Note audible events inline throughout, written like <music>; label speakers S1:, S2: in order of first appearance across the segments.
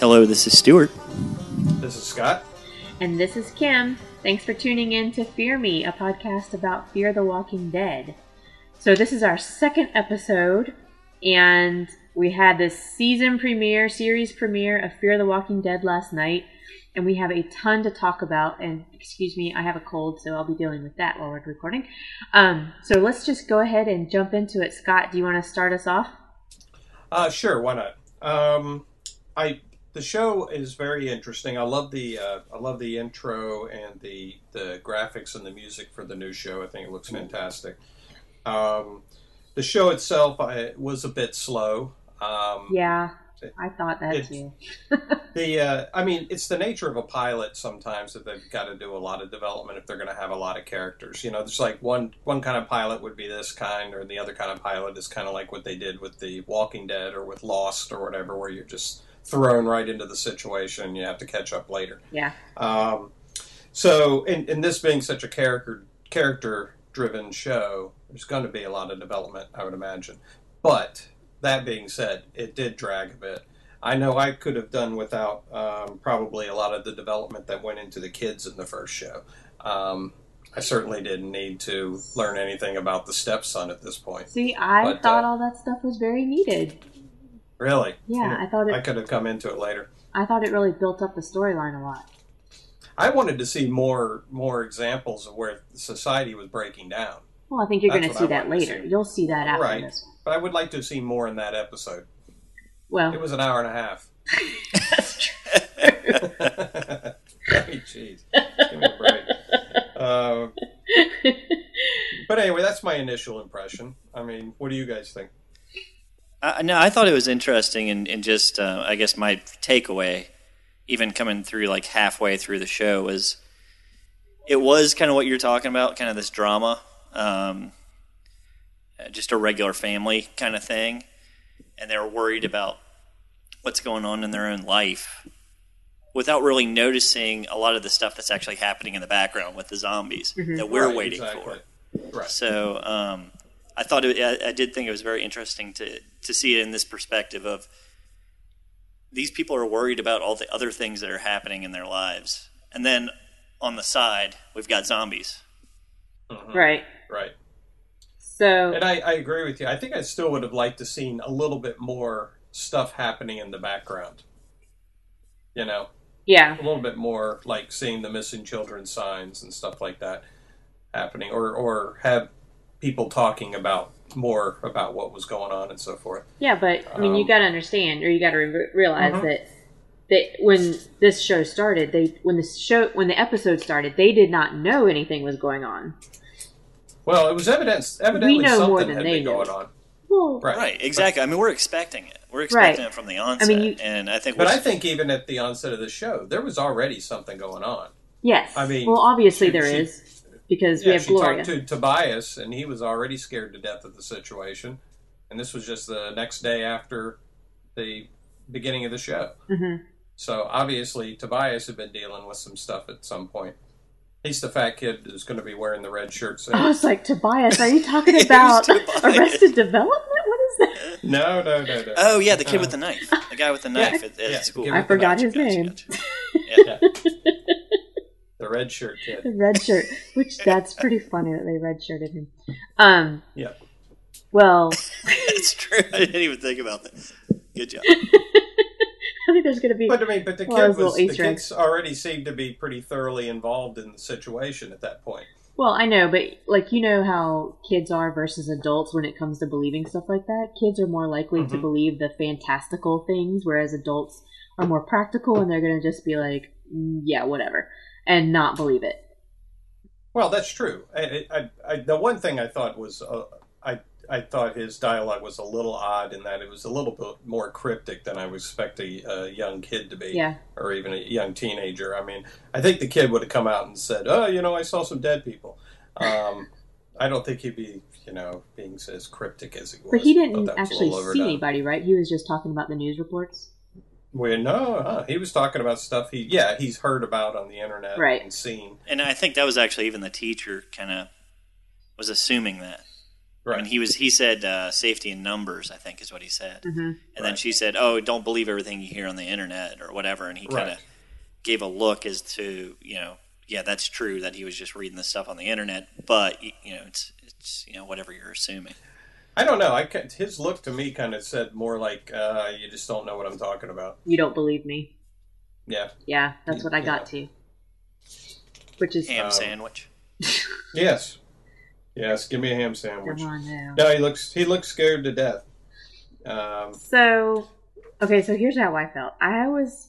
S1: Hello, this is Stuart.
S2: This is Scott.
S3: And this is Kim. Thanks for tuning in to Fear Me, a podcast about Fear the Walking Dead. So, this is our second episode, and we had this season premiere, series premiere of Fear the Walking Dead last night, and we have a ton to talk about. And excuse me, I have a cold, so I'll be dealing with that while we're recording. Um, so, let's just go ahead and jump into it. Scott, do you want to start us off?
S2: Uh, sure, why not? Um, I the show is very interesting. I love the uh, I love the intro and the the graphics and the music for the new show. I think it looks fantastic. Um, the show itself I, was a bit slow. Um,
S3: Yeah, I thought that
S2: It's-
S3: too.
S2: The uh, I mean, it's the nature of a pilot sometimes that they've got to do a lot of development if they're going to have a lot of characters. You know, there's like one one kind of pilot would be this kind, or the other kind of pilot is kind of like what they did with the Walking Dead or with Lost or whatever, where you're just thrown right into the situation. and You have to catch up later.
S3: Yeah.
S2: Um, so, in, in this being such a character character driven show, there's going to be a lot of development, I would imagine. But that being said, it did drag a bit. I know I could have done without um, probably a lot of the development that went into the kids in the first show. Um, I certainly didn't need to learn anything about the stepson at this point.
S3: See, I
S2: But, uh,
S3: thought all that stuff was very needed.
S2: Really,
S3: Yeah, I thought
S2: I
S3: it.
S2: could have come into it later.
S3: I thought it really built up the storyline a lot.
S2: I wanted to see more more examples of where society was breaking down.
S3: Well, I think you're going
S2: That's
S3: to
S2: what
S3: see
S2: I
S3: that
S2: wanted to
S3: later.
S2: see.
S3: You'll see that after
S2: Right.
S3: this one.
S2: But I would like to see more in that episode. It
S3: Well,
S2: was an hour and a half.
S3: that's true.
S2: Hey, Jeez, give me a break. Uh, but anyway, that's my initial impression. I mean, what do you guys think?
S1: Uh, no, I thought it was interesting, and, and just uh, I guess my takeaway, even coming through like halfway through the show, was it was kind of what you're talking about, kind of this drama, um, uh, just a regular family kind of thing, and they were worried about what's going on in their own life without really noticing a lot of the stuff that's actually happening in the background with the zombies that we're
S2: Right,
S1: waiting for.
S2: Right.
S1: So um, I thought it, I, I did think it was very interesting to to see it in this perspective of these people are worried about all the other things that are happening in their lives, and then on the side we've got zombies.
S2: Mhm.
S3: right.
S2: Right.
S3: So,
S2: And I, I agree with you. I think I still would have liked to seen a little bit more stuff happening in the background. You know,
S3: yeah,
S2: a little bit more like seeing the missing children signs and stuff like that happening, or or have people talking about more about what was going on and so forth.
S3: yeah, but I mean, you
S2: Um,
S3: got to understand, or you got to re- realize
S2: Mhm.
S3: that that when this show started, they when the show when the episode started, they did not know anything was going on.
S2: Well, it was evidence. Evidently,
S3: We know
S2: something
S3: more than
S2: had
S3: they
S2: been
S3: do.
S2: going on.
S3: Well,
S2: Right.
S1: Right, exactly. I mean, we're expecting it. We're expecting
S3: Right.
S1: it from the onset,
S3: you-
S1: and I think.
S2: But
S1: we're-
S2: I think even at the onset of the show, there was already something going on.
S3: yes.
S2: I mean,
S3: well, obviously
S2: she-
S3: there
S2: she-
S3: is because we
S2: yeah,
S3: have
S2: she
S3: Gloria.
S2: talked to Tobias, and he was already scared to death of the situation. And this was just the next day after the beginning of the show.
S3: Mhm.
S2: So obviously, Tobias had been dealing with some stuff at some point. He's the fat kid who's going to be wearing the red shirt soon.
S3: <laughs> <laughs> I was like,
S2: <laughs>
S3: Tobias, are you talking
S1: Who's
S3: about
S1: Tobias?
S3: Arrested Development? What is that? <laughs>
S2: no, no, no, no.
S1: Oh yeah, the kid with the knife. The guy with the
S2: Yeah.
S1: knife at, at
S2: Uh-huh. Yeah, the
S1: school.
S2: kid
S3: I
S2: with the
S3: forgot
S1: Gotcha,
S3: his
S1: gotcha,
S3: name.
S1: gotcha.
S3: <laughs>
S1: Yeah.
S2: the red shirt kid.
S3: <laughs> The red shirt, which that's pretty funny that they red shirted him. Um,
S2: Yeah. <laughs>
S3: well,
S1: it's true. I didn't even think about that. Good
S3: <laughs>
S1: job.
S3: I think there's going to be.
S2: But I mean, but the
S3: Well, it
S2: kid was
S3: was a little
S2: the
S3: Easter egg.
S2: kids already seemed to be pretty thoroughly involved in the situation at that point.
S3: Well, I know, but like you know how kids are versus adults when it comes to believing stuff like that. Kids are more likely to
S2: Mhm.
S3: believe the fantastical things, whereas adults are more practical and they're going to just be like, "Mm, yeah, whatever, and not believe it.
S2: Well, that's true. I, I, I, the one thing I thought was, uh, I, I thought his dialogue was a little odd in that it was a little bit more cryptic than I would expect a, a young kid to be,
S3: Yeah,
S2: or even a young teenager. I mean, I think the kid would have come out and said, "Oh, you know, I saw some dead people." Um, I don't think he'd be, you know, being as cryptic as he was.
S3: but he didn't
S2: that was a
S3: actually
S2: little
S3: see
S2: overdone.
S3: anybody, right? He was just talking about the news reports.
S2: Well, no, huh? he was talking about stuff he, yeah, he's heard about on the internet
S3: Right.
S2: and seen.
S1: And I think that was actually even the teacher kind of was assuming that. Right. And he was he said uh, safety in numbers, I think is what he said. Mm-hmm. And then she said, "Oh, don't believe everything you hear on the internet or whatever." And he kind of
S2: Right.
S1: gave a look as to you know, yeah, that's true that he was just reading this stuff on the internet, but y- you know, it's it's you know whatever you're assuming.
S2: I don't know. I ca- his look to me kind of said more like uh, you just don't know what I'm talking about.
S3: You don't believe me.
S2: Yeah,
S3: Yeah, that's what I got to. Which is
S1: Ham
S2: Um,
S1: sandwich.
S2: Yes. Yes, give me a ham
S3: come
S2: sandwich.
S3: on now.
S2: No, he looks he looks scared to death. Um,
S3: So, okay, so here's how I felt. I was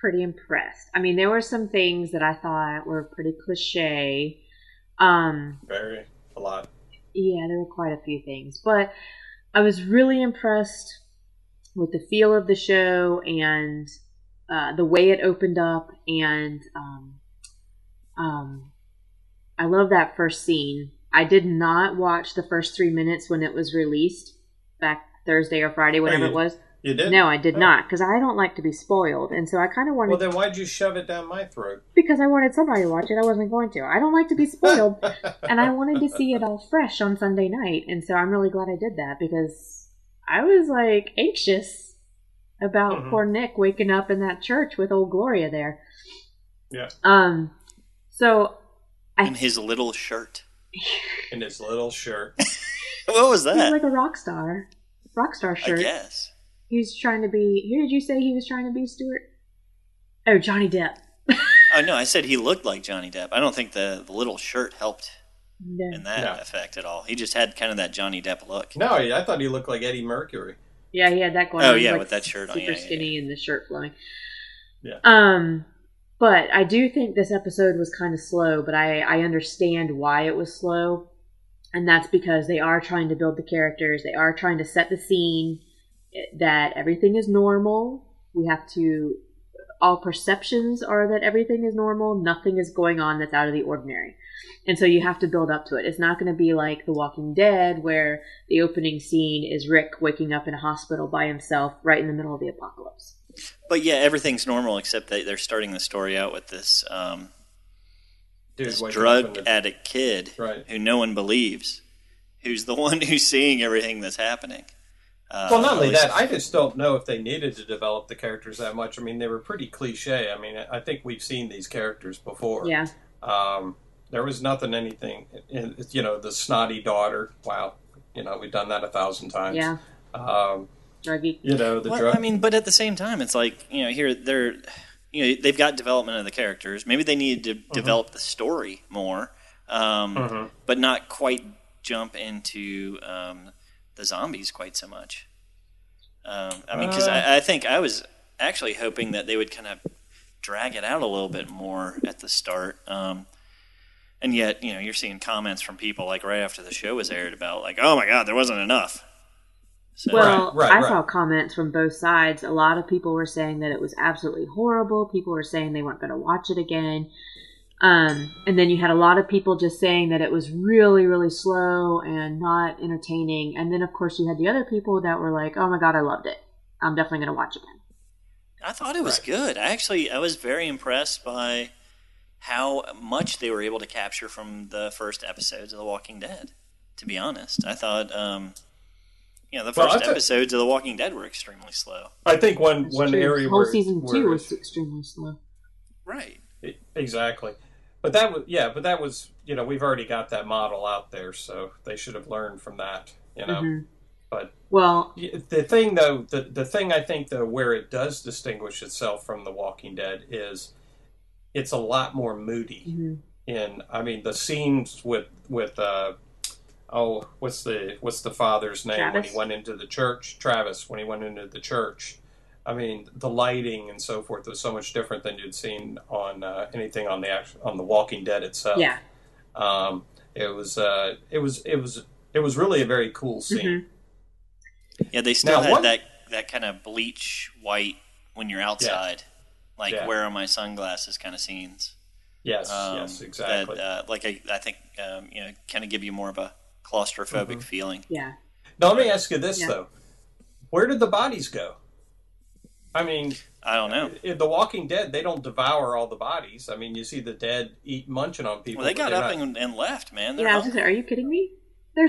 S3: pretty impressed. I mean, there were some things that I thought were pretty cliche. Um,
S2: very a lot.
S3: yeah, there were quite a few things, but I was really impressed with the feel of the show and uh, the way it opened up, and um, um, I love that first scene. I did not watch the first three minutes when it was released back Thursday or Friday, whatever
S2: you
S3: it was.
S2: You did?
S3: No, I did
S2: Oh.
S3: not because I don't like to be spoiled, and so I kind of wanted
S2: Well, then why'd you shove it down my throat?
S3: because I wanted somebody to watch it. I wasn't going to. I don't like to
S2: <laughs>
S3: be spoiled, and I wanted to see it all fresh on Sunday night, and so I'm really glad I did that because I was like anxious about
S2: Mhm.
S3: poor Nick waking up in that church with old Gloria there.
S2: Yeah,
S3: Um, so I-
S1: in his little shirt.
S2: in his little shirt.
S1: What was
S3: he was
S1: that?
S3: like a rock star, rock star
S1: I
S3: shirt.
S1: guess.
S3: He was trying to be. Who did you say he was trying to be, Stuart? Oh, Johnny Depp.
S1: Oh no, I said he looked like Johnny Depp. I don't think the, the little shirt helped
S3: No.
S1: in that
S2: No.
S1: effect at all. He just had kind of that Johnny Depp look.
S2: No, I thought he looked like Eddie Mercury.
S3: Yeah, he had that going.
S1: Oh,
S3: on. He was,
S1: yeah,
S3: like,
S1: with that shirt on.
S3: super
S1: Yeah, yeah, yeah.
S3: skinny and the shirt flowing.
S2: Yeah.
S3: Um, but I do think this episode was kind of slow, but I I understand why it was slow, and that's because they are trying to build the characters. They are trying to set the scene eh, that everything is normal. We have to. All perceptions are that everything is normal. Nothing is going on that's out of the ordinary. And so you have to build up to it. It's not going to be like The Walking Dead, where the opening scene is Rick waking up in a hospital by himself right in the middle of the apocalypse.
S1: But yeah, everything's normal except that they're starting the story out with this um,
S2: Dude,
S1: this
S2: waking up in
S1: drug
S2: the-
S1: addict kid
S2: Right.
S1: who no one believes, who's the <laughs> one who's seeing everything that's happening. Uh,
S2: Well, not
S1: at
S2: only
S1: least-
S2: that, I just don't know if they needed to develop the characters that much. I mean, they were pretty cliche. I mean, I- I think we've seen these characters before.
S3: Yeah.
S2: Um, there was nothing, anything. and, You know, the snotty daughter. Wow. You know, we've done that a thousand times.
S3: Yeah.
S2: Um,
S3: Druggy.
S2: you know, the
S1: Well,
S2: drug.
S1: I mean, but at the same time, it's like you know, here they're, you know, they've got development of the characters. Maybe they needed to
S2: Mm-hmm.
S1: develop the story more, um,
S2: Mhm.
S1: but not quite jump into um, the zombies quite so much. Um, I mean, because
S2: Uh.
S1: I, I think I was actually hoping that they would kind of drag it out a little bit more at the start. Um, and yet, you know, you're seeing comments from people like right after the show was aired about like, "Oh my God, there wasn't enough." So,
S3: Well,
S2: right,
S3: I
S2: right.
S3: saw comments from both sides. A lot of people were saying that it was absolutely horrible. People were saying they weren't going to watch it again. Um, and then you had a lot of people just saying that it was really, really slow and not entertaining. And then, of course, you had the other people that were like, oh my God, I loved it. I'm definitely going to watch again.
S1: I thought it was
S2: Right.
S1: good. I actually I was very impressed by how much they were able to capture from the first episodes of The Walking Dead. To be honest, I thought um, you know the
S2: Well,
S1: first
S2: I thought-
S1: episodes of The Walking Dead were extremely slow.
S2: I think one
S3: That's
S2: one
S3: true.
S2: area
S3: Whole
S2: where
S3: season
S2: where-
S3: two was extremely slow.
S1: Right.
S2: exactly, but that was yeah, but that was you know we've already got that model out there, so they should have learned from that, you know.
S3: Mhm.
S2: But
S3: Well,
S2: y- the thing though, the the thing I think though where it does distinguish itself from The Walking Dead is it's a lot more moody.
S3: mhm.
S2: in I mean the scenes with with uh oh what's the what's the father's name when
S3: Travis?
S2: he went into the church Travis when he went into the church I mean the lighting and so forth was so much different than you'd seen on uh, anything on the act- on the Walking Dead itself
S3: yeah.
S2: um it was uh it was it was it was really a very cool scene
S3: Mm-hmm.
S1: Yeah, they still
S2: Now,
S1: had
S2: one-
S1: that that kind of bleach white when you're outside, like
S2: Yeah.
S1: where are my sunglasses kind of scenes.
S2: yes
S1: Um,
S2: yes exactly
S1: That, uh, like I, I think um, you know kind of give you more of a claustrophobic
S2: Mhm.
S1: feeling.
S3: Yeah.
S2: now let me ask you this
S3: Yeah.
S2: though where did the bodies go I mean
S1: I don't know.
S2: in The Walking Dead, they don't devour all the bodies. I mean, you see the dead eat munching on people.
S1: Well, they got
S2: but they're
S1: up
S2: not-
S1: and, and left, man. They're
S3: Yeah, I was
S1: hungry.
S3: just like, are you kidding me? They're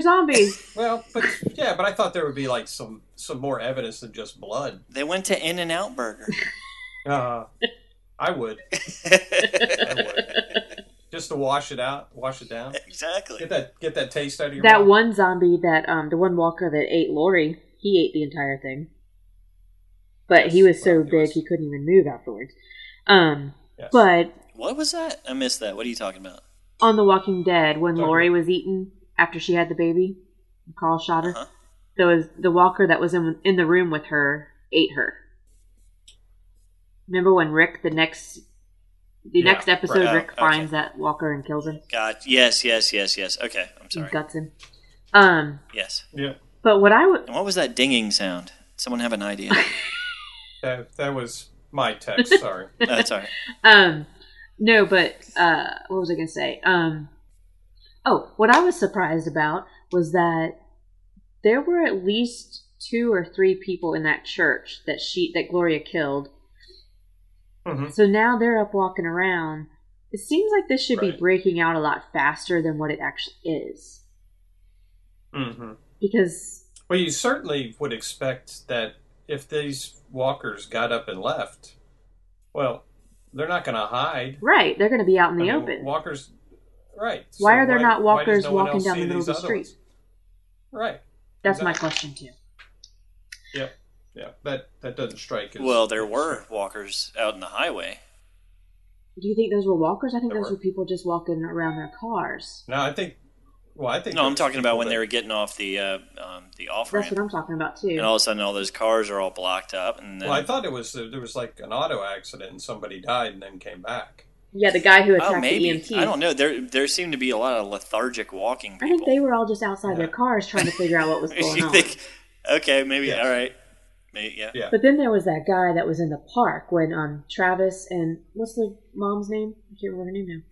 S2: <laughs>
S3: zombies.
S2: Well, but yeah, but I thought there would be like some some more evidence than just blood.
S1: They went to In and Out
S3: <laughs>
S1: Burger. <laughs>
S2: Uh, I would. I would. Just to wash it out, wash it down.
S1: exactly.
S2: Get that get that taste out of your
S3: that
S2: mouth.
S3: one zombie that um the one walker that ate Lori, he ate the entire thing. But he was so
S2: Well, he
S3: big
S2: was-
S3: he couldn't even move afterwards. Um
S2: Yes.
S3: but
S1: What was that? I missed that. What are you talking about?
S3: on The Walking Dead when
S2: Sorry.
S3: Lori was eaten after she had the baby, Carl shot her.
S1: Uh-huh.
S3: There was the walker that was in in the room with her ate her. Remember when Rick the next the
S2: Yeah, uh,
S3: next episode
S1: right.
S3: Rick
S1: Oh, okay.
S3: finds that walker and kills him,
S1: God. Yes, yes, yes, yes. Okay. I'm
S3: and
S1: sorry.
S3: guts him. Um,
S1: Yes.
S2: Yeah,
S3: but what I would
S1: And what was that dinging sound? Someone have an
S3: <laughs>
S1: idea?
S2: that, that was my text. Sorry.
S1: That's
S2: <laughs>
S1: all right.
S3: um no, but uh, what was I gonna say? Um, oh, what I was surprised about was that there were at least two or three people in that church that she that Gloria killed
S2: Mhm.
S3: So now they're up walking around. It seems like this should be
S2: Right.
S3: breaking out a lot faster than what it actually is.
S2: Mhm.
S3: Because,
S2: Well, you certainly would expect that if these walkers got up and left, well, they're not going to hide.
S3: right, they're going to be out in the
S2: I mean,
S3: open.
S2: Walkers, right?
S3: Why are there not
S2: why does
S3: walkers
S2: no one
S3: walking
S2: else
S3: down
S2: see
S3: the middle of
S2: these
S3: the
S2: other ones?
S3: street?
S2: Right.
S3: That's my
S2: exactly.
S3: question, too.
S2: Yeah, that that doesn't strike. As,
S1: Well, there were walkers out in the highway.
S3: Do you think those were walkers? I think
S2: There
S3: those
S2: were.
S3: were people just walking around their cars.
S2: No, I think. Well, I think.
S1: No,
S2: there
S1: I'm
S2: was
S1: talking
S2: people
S1: about when
S2: that-
S1: they were getting off the uh, um, the off
S3: That's what
S1: ramp,
S3: I'm talking about, too.
S1: and all of a sudden all those cars are all blocked up, and then
S2: Well, I thought it was there was like an auto accident and somebody died and then came back.
S3: yeah, the E guy who attacked
S1: oh maybe
S3: the EMT.
S1: I don't know. There there seemed to be a lot of lethargic walking
S3: I
S1: people.
S3: think they were all just outside their
S2: Yeah.
S3: cars trying to figure out what was
S1: <laughs>
S3: going
S1: you
S3: on.
S1: think, okay, maybe
S2: Yes.
S1: all right, maybe, yeah.
S2: Yeah.
S3: But then there was that guy that was in the park when um Travis and what's the mom's name? I can't remember her name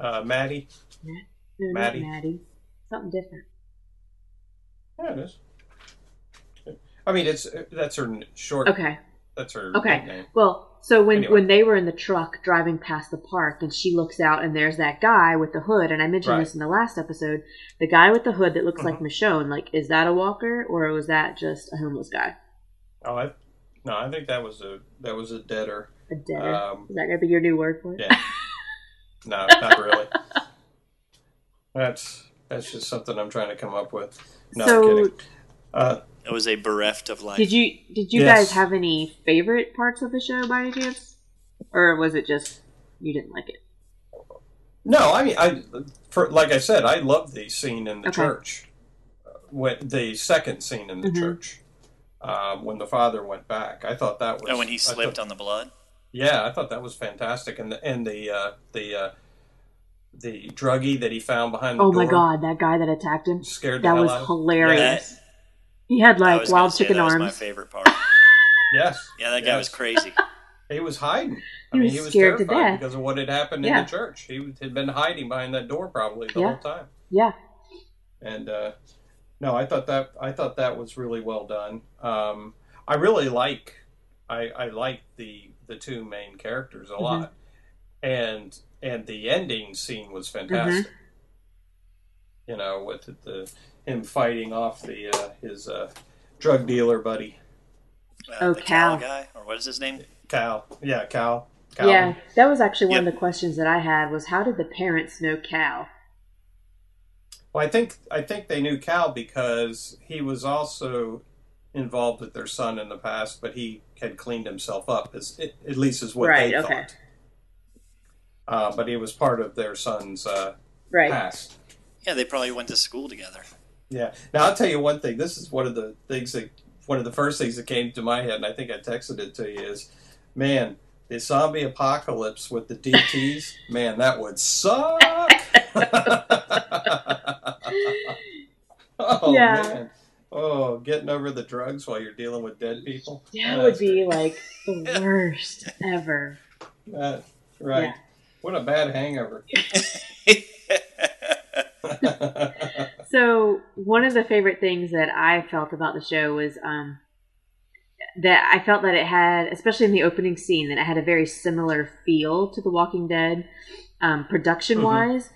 S3: now.
S2: Uh, Maddie.
S3: Matt? No,
S2: Maddie.
S3: not Maddie. Something different.
S2: Yeah, it is. I mean, it's that's her n- short.
S3: Okay.
S2: That's her
S3: Okay.
S2: nickname.
S3: Well, so when
S2: Anyway.
S3: when they were in the truck driving past the park, and she looks out, and there's that guy with the hood, and I mentioned
S2: Right. Uh-huh.
S3: this in the last episode. The guy with the hood that looks like Michonne, like is that a walker or was that just a homeless guy,
S2: Oh, I, no, I think that was a that was a deader.
S3: a deader?
S2: Um,
S3: is that gonna be your new word for
S2: <laughs>
S3: it?
S2: yeah. no, not really. That's that's just something I'm trying to come up with. No,
S3: So-
S2: I'm kidding. Uh,
S1: It was a bereft of life.
S3: Did you did you
S2: Yes.
S3: guys have any favorite parts of the show by any chance, or was it just you didn't like it?
S2: No, I mean, I for, like I said, I love the scene in the
S3: Okay.
S2: church, uh, when the second scene in the
S3: Mhm.
S2: church, um, when the father went back. I thought that was
S1: oh, when he
S2: I
S1: slipped
S2: thought-
S1: on the blood.
S2: yeah, I thought that was fantastic, and the and the uh, the uh, the druggie that he found behind. The
S3: Oh my
S2: door
S3: god, that guy that attacked him.
S2: Scared the
S3: That
S2: hell
S3: was
S2: out of-
S3: hilarious.
S1: Yeah.
S3: He had
S1: I
S3: like
S1: was gonna
S3: wild
S1: say
S3: chicken
S1: that
S3: arms.
S1: Was my favorite part.
S2: Yes,
S1: Yeah, that guy
S2: yes.
S1: was
S3: <laughs>
S1: crazy. Uh,
S2: He was hiding. I
S3: He
S2: mean,
S3: was
S2: he was
S3: scared to
S2: terrified
S3: death.
S2: because of what had happened
S3: Yeah.
S2: in the church. He had been hiding behind that door probably the
S3: Yeah.
S2: whole time.
S3: Yeah.
S2: and uh, no, I thought that I thought that was really well done. Um, I really like I, I like the the two main characters a
S3: Mhm.
S2: lot, and and the ending scene was
S3: Mm-hmm.
S2: fantastic. You know, with the him fighting off the uh, his uh, drug dealer buddy
S1: Uh,
S3: Oh,
S1: the cow
S3: Cal.
S1: guy, or what is his name?
S2: Cal. Yeah, Cal. Cal.
S3: Yeah, that was actually one
S1: Yep.
S3: of the questions that I had was how did the parents know Cal?
S2: Well, I think I think they knew Cal because he was also involved with their son in the past, but he had cleaned himself up, as at least is what
S3: Right,
S2: they
S3: okay.
S2: thought. Uh, but he was part of their son's uh,
S3: Right.
S1: Ah.
S2: past.
S1: Yeah, they probably went to school together.
S2: Yeah. Now I'll tell you one thing. This is one of the things that one of the first things that came to my head, and I think I texted it to you is, man, the zombie apocalypse with the DTS, <laughs> man, that would suck. <laughs> oh
S3: Yeah.
S2: man. Oh, getting over the drugs while you're dealing with dead people.
S3: That
S2: Oh,
S3: would
S2: that's
S3: be like the
S1: <laughs>
S3: worst ever.
S2: great. Uh, right.
S3: Yeah.
S2: What a bad hangover.
S3: So one of the favorite things that I felt about the show was um, that I felt that it had, especially in the opening scene, that it had a very similar feel to The Walking Dead, um, production wise.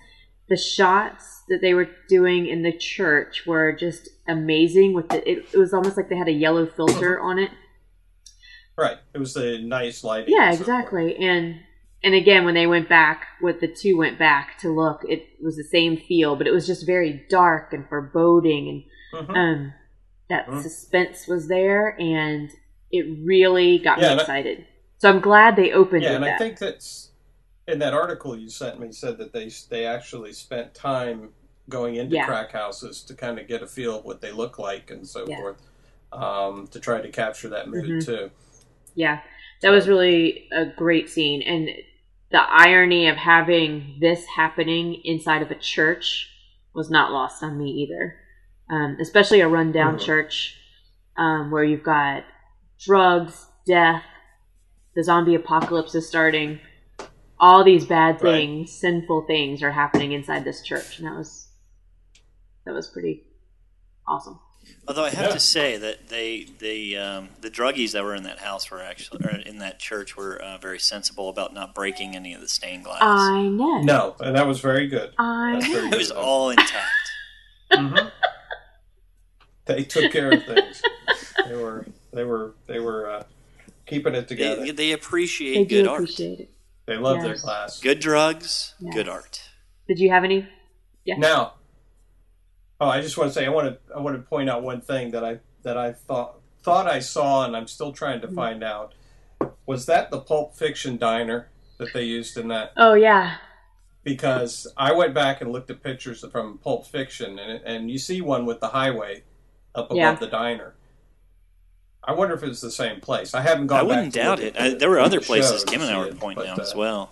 S3: the shots that they were doing in the church were just amazing. With the, it, it was almost like they had a yellow filter on it.
S2: Right. It was the nice lighting.
S3: Yeah,
S2: and so forth.
S3: exactly. And and again, when they went back, what the two went back to look, it was the same feel, but it was just very dark and foreboding,
S2: Mhm.
S3: and um, that
S2: Mhm.
S3: suspense was there, and it really got
S2: Yeah,
S3: me
S2: and I-
S3: excited. So I'm glad they opened
S2: Yeah,
S3: with
S2: and
S3: that.
S2: I think that's in that article you sent me said that they they actually spent time going into
S3: Yeah.
S2: crack houses to kind of get a feel of what they look like and so
S3: Yeah.
S2: forth um, to try to capture that mood
S3: Mhm.
S2: too.
S3: Yeah, that was really a great scene, and the irony of having this happening inside of a church was not lost on me either. Um, especially a rundown
S2: Mhm.
S3: church um, where you've got drugs, death, the zombie apocalypse is starting. All these bad
S2: Right.
S3: things, sinful things, are happening inside this church, and that was that was pretty awesome.
S1: Although I have
S2: Yeah.
S1: to say that they the um, the druggies that were in that house were actually or in that church were uh, very sensible about not breaking any of the stained glass.
S3: I know.
S2: No, and that was very good.
S3: I
S2: That's
S3: know.
S2: very
S1: it was all intact.
S3: <laughs>
S2: Mhm. They took care of things. They were they were they were uh, keeping it together.
S1: they, they appreciate
S3: They
S1: good
S3: do
S1: art,
S3: appreciate it.
S2: They loved their
S3: Yes.
S2: class.
S1: good drugs,
S3: Yes.
S1: good art.
S3: Did you have any
S2: Now, oh, I just want to say I want to I want to point out one thing that I that I thought thought I saw and I'm still trying to
S3: Hmm.
S2: find out. Was that the Pulp Fiction diner that they used in that?
S3: Oh yeah,
S2: Because I went back and looked at pictures from Pulp Fiction, and and you see one with the highway up above
S3: Yeah.
S2: the diner. I wonder if it's the same place. I haven't gone.
S1: I wouldn't
S2: back to
S1: doubt
S2: look
S1: it.
S2: at
S1: I,
S2: the-
S1: there were
S2: the
S1: other
S2: show
S1: places
S2: to
S1: Kim and
S2: see
S1: I were
S2: it,
S1: pointing
S2: but,
S1: out
S2: uh,
S1: as well.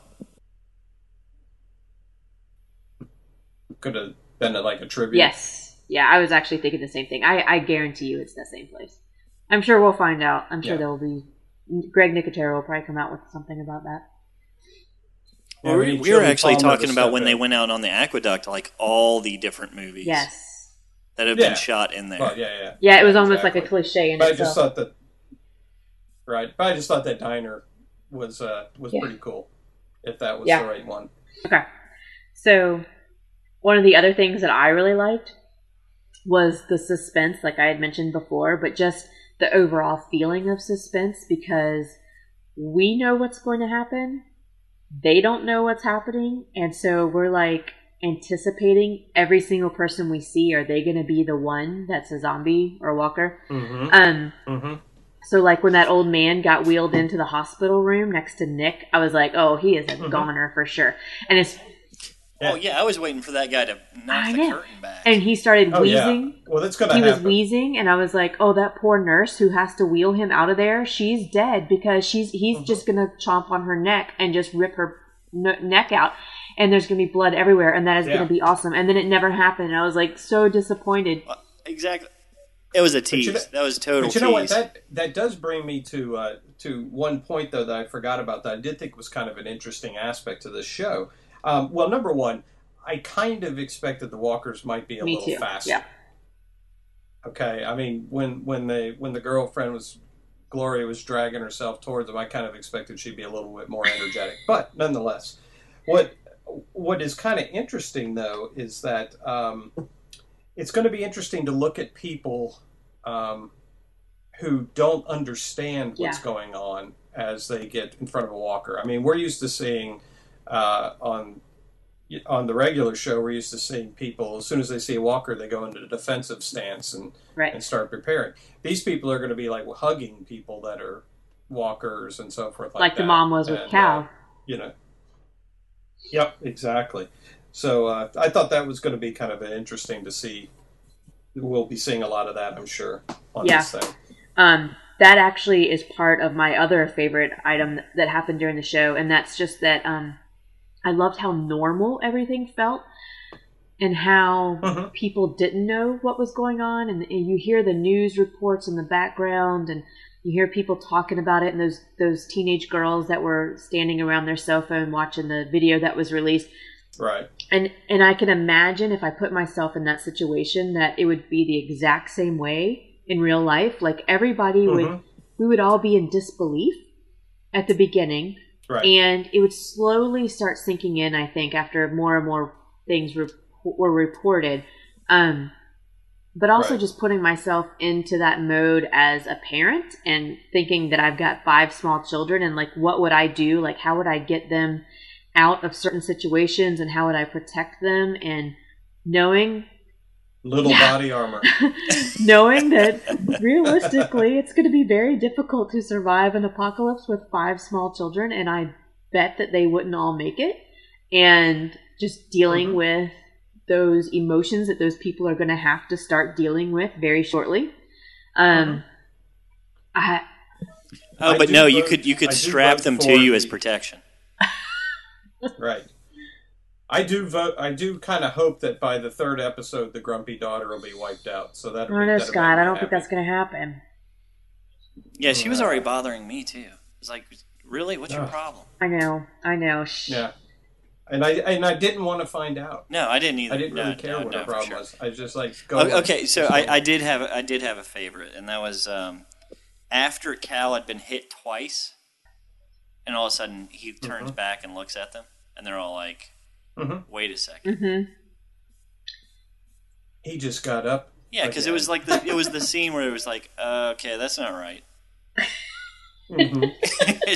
S2: Could have been like a trivia.
S3: yes, yeah. I was actually thinking the same thing. I, I guarantee you, it's the same place. I'm sure we'll find out. I'm sure
S2: Yeah.
S3: there will be. Greg Nicotero will probably come out with something about that.
S2: Yeah,
S1: Well,
S2: we
S1: we,
S2: need
S1: we were
S2: Jodie
S1: actually
S2: Palmer to
S1: talking about
S2: step
S1: when
S2: in.
S1: they went out on the aqueduct, like all the different movies
S3: Yes,
S1: that have
S2: Yeah.
S1: been shot in there.
S2: Well, yeah, yeah.
S3: yeah. It was almost
S2: Exactly.
S3: like a cliche in
S2: But I
S3: itself.
S2: just thought that. Right, but I just thought that diner was uh, was
S3: Yeah.
S2: pretty cool. If that was
S3: Yeah.
S2: the right one,
S3: Okay. So, one of the other things that I really liked was the suspense, like I had mentioned before, but just the overall feeling of suspense because we know what's going to happen. They don't know what's happening. And so we're like anticipating every single person we see. Are they going to be the one that's a zombie or walker?
S2: mm-hmm.
S3: Um,
S2: Mm-hmm.
S3: so like when that old man got wheeled into the hospital room next to Nick, I was like, oh, he is a
S2: Mhm.
S3: goner for sure. And it's
S1: Oh yeah, I was waiting for that guy to knock
S3: I
S1: the
S3: know.
S1: curtain back.
S3: and he started
S2: Oh
S3: wheezing.
S2: yeah, well that's gonna
S3: He was
S2: happen.
S3: wheezing, and I was like, "Oh, that poor nurse who has to wheel him out of there. She's dead because she's he's
S2: Mhm.
S3: just gonna chomp on her neck and just rip her n- neck out, and there's gonna be blood everywhere, and that is
S2: Yeah.
S3: gonna be awesome." And then it never happened. And I was like so disappointed.
S1: Uh, exactly. It was a
S2: you
S1: tease.
S2: know-
S1: that was total
S2: but you know what?
S1: tease.
S2: That that does bring me to uh, to one point though that I forgot about that I did think was kind of an interesting aspect to this show. Um, well, number one, I kind of expected the walkers might be a
S3: Me
S2: little
S3: too,
S2: faster.
S3: yeah.
S2: Okay, I mean when when they when the girlfriend was Gloria was dragging herself towards them, I kind of expected she'd be a little bit more energetic, but nonetheless, what what is kind of interesting though is that um, it's going to be interesting to look at people um, who don't understand what's
S3: Yeah.
S2: going on as they get in front of a walker. I mean, we're used to seeing uh, on on the regular show, we're used to seeing people as soon as they see a walker, they go into defensive stance and
S3: Right?
S2: and start preparing. These people are going to be like hugging people that are walkers and so forth, like,
S3: Like, the
S2: that.
S3: mom was
S2: And,
S3: with
S2: uh,
S3: Cal.
S2: you know. Yep, exactly. So uh, I thought that was going to be kind of interesting to see. We'll be seeing a lot of that, I'm sure, on
S3: Yeah.
S2: this thing.
S3: Um, that actually is part of my other favorite item that happened during the show, and that's just that um, I loved how normal everything felt and how
S2: Mhm.
S3: people didn't know what was going on. And, and you hear the news reports in the background, and you hear people talking about it, and those those teenage girls that were standing around their cell phone watching the video that was released
S2: Right.
S3: and and I can imagine if I put myself in that situation that it would be the exact same way in real life. Like everybody would,
S2: Mhm.
S3: we would all be in disbelief at the beginning,
S2: Right.
S3: and it would slowly start sinking in. I think after more and more things rep- were reported. Um, but also
S2: Right.
S3: just putting myself into that mode as a parent and thinking that I've got five small children and like what would I do? Like how would I get them out of certain situations and how would I protect them and knowing
S2: Little
S3: <laughs> Yeah.
S2: body armor. <laughs>
S3: knowing that realistically it's going to be very difficult to survive an apocalypse with five small children and i bet that they wouldn't all make it and just dealing
S2: Mhm.
S3: with those emotions that those people are going to have to start dealing with very shortly um
S2: Mm-hmm.
S3: I,
S1: Oh,
S2: I
S1: but
S2: do
S1: no, you
S2: vote-
S1: could you could
S2: I do
S1: strap
S2: vote
S1: them
S2: for
S1: to you as
S2: the-
S1: protection.
S2: Right. I do vote. I do kind of hope that by the third episode, the grumpy daughter will be wiped out. So that.
S3: I don't know Oh, scott i don't think that's going to happen
S1: Yeah, she was
S2: Right.
S1: already bothering me too. It's like, really, what's your
S2: Ugh.
S1: problem?
S3: i know i know Shh.
S2: Yeah. And I and I didn't want to find out.
S1: No, I didn't either.
S2: I didn't
S1: No,
S2: really care
S1: no,
S2: what
S1: no,
S2: her
S1: for
S2: problem
S1: sure.
S2: was. I was just like go.
S1: Oh,
S2: away.
S1: okay, so
S2: Just go
S1: I, I did have I did have a favorite, and that was um, after Cal had been hit twice, and all of a sudden he turns back and looks at them, and they're all like,
S2: away. Mhm.
S1: "Wait a second.
S2: <laughs>
S3: Mhm.
S2: He just got up.
S1: Yeah, because it
S2: Again.
S1: was like the it was the scene where it was like, uh, okay, that's not right.
S3: Mm-hmm.
S2: Mhm.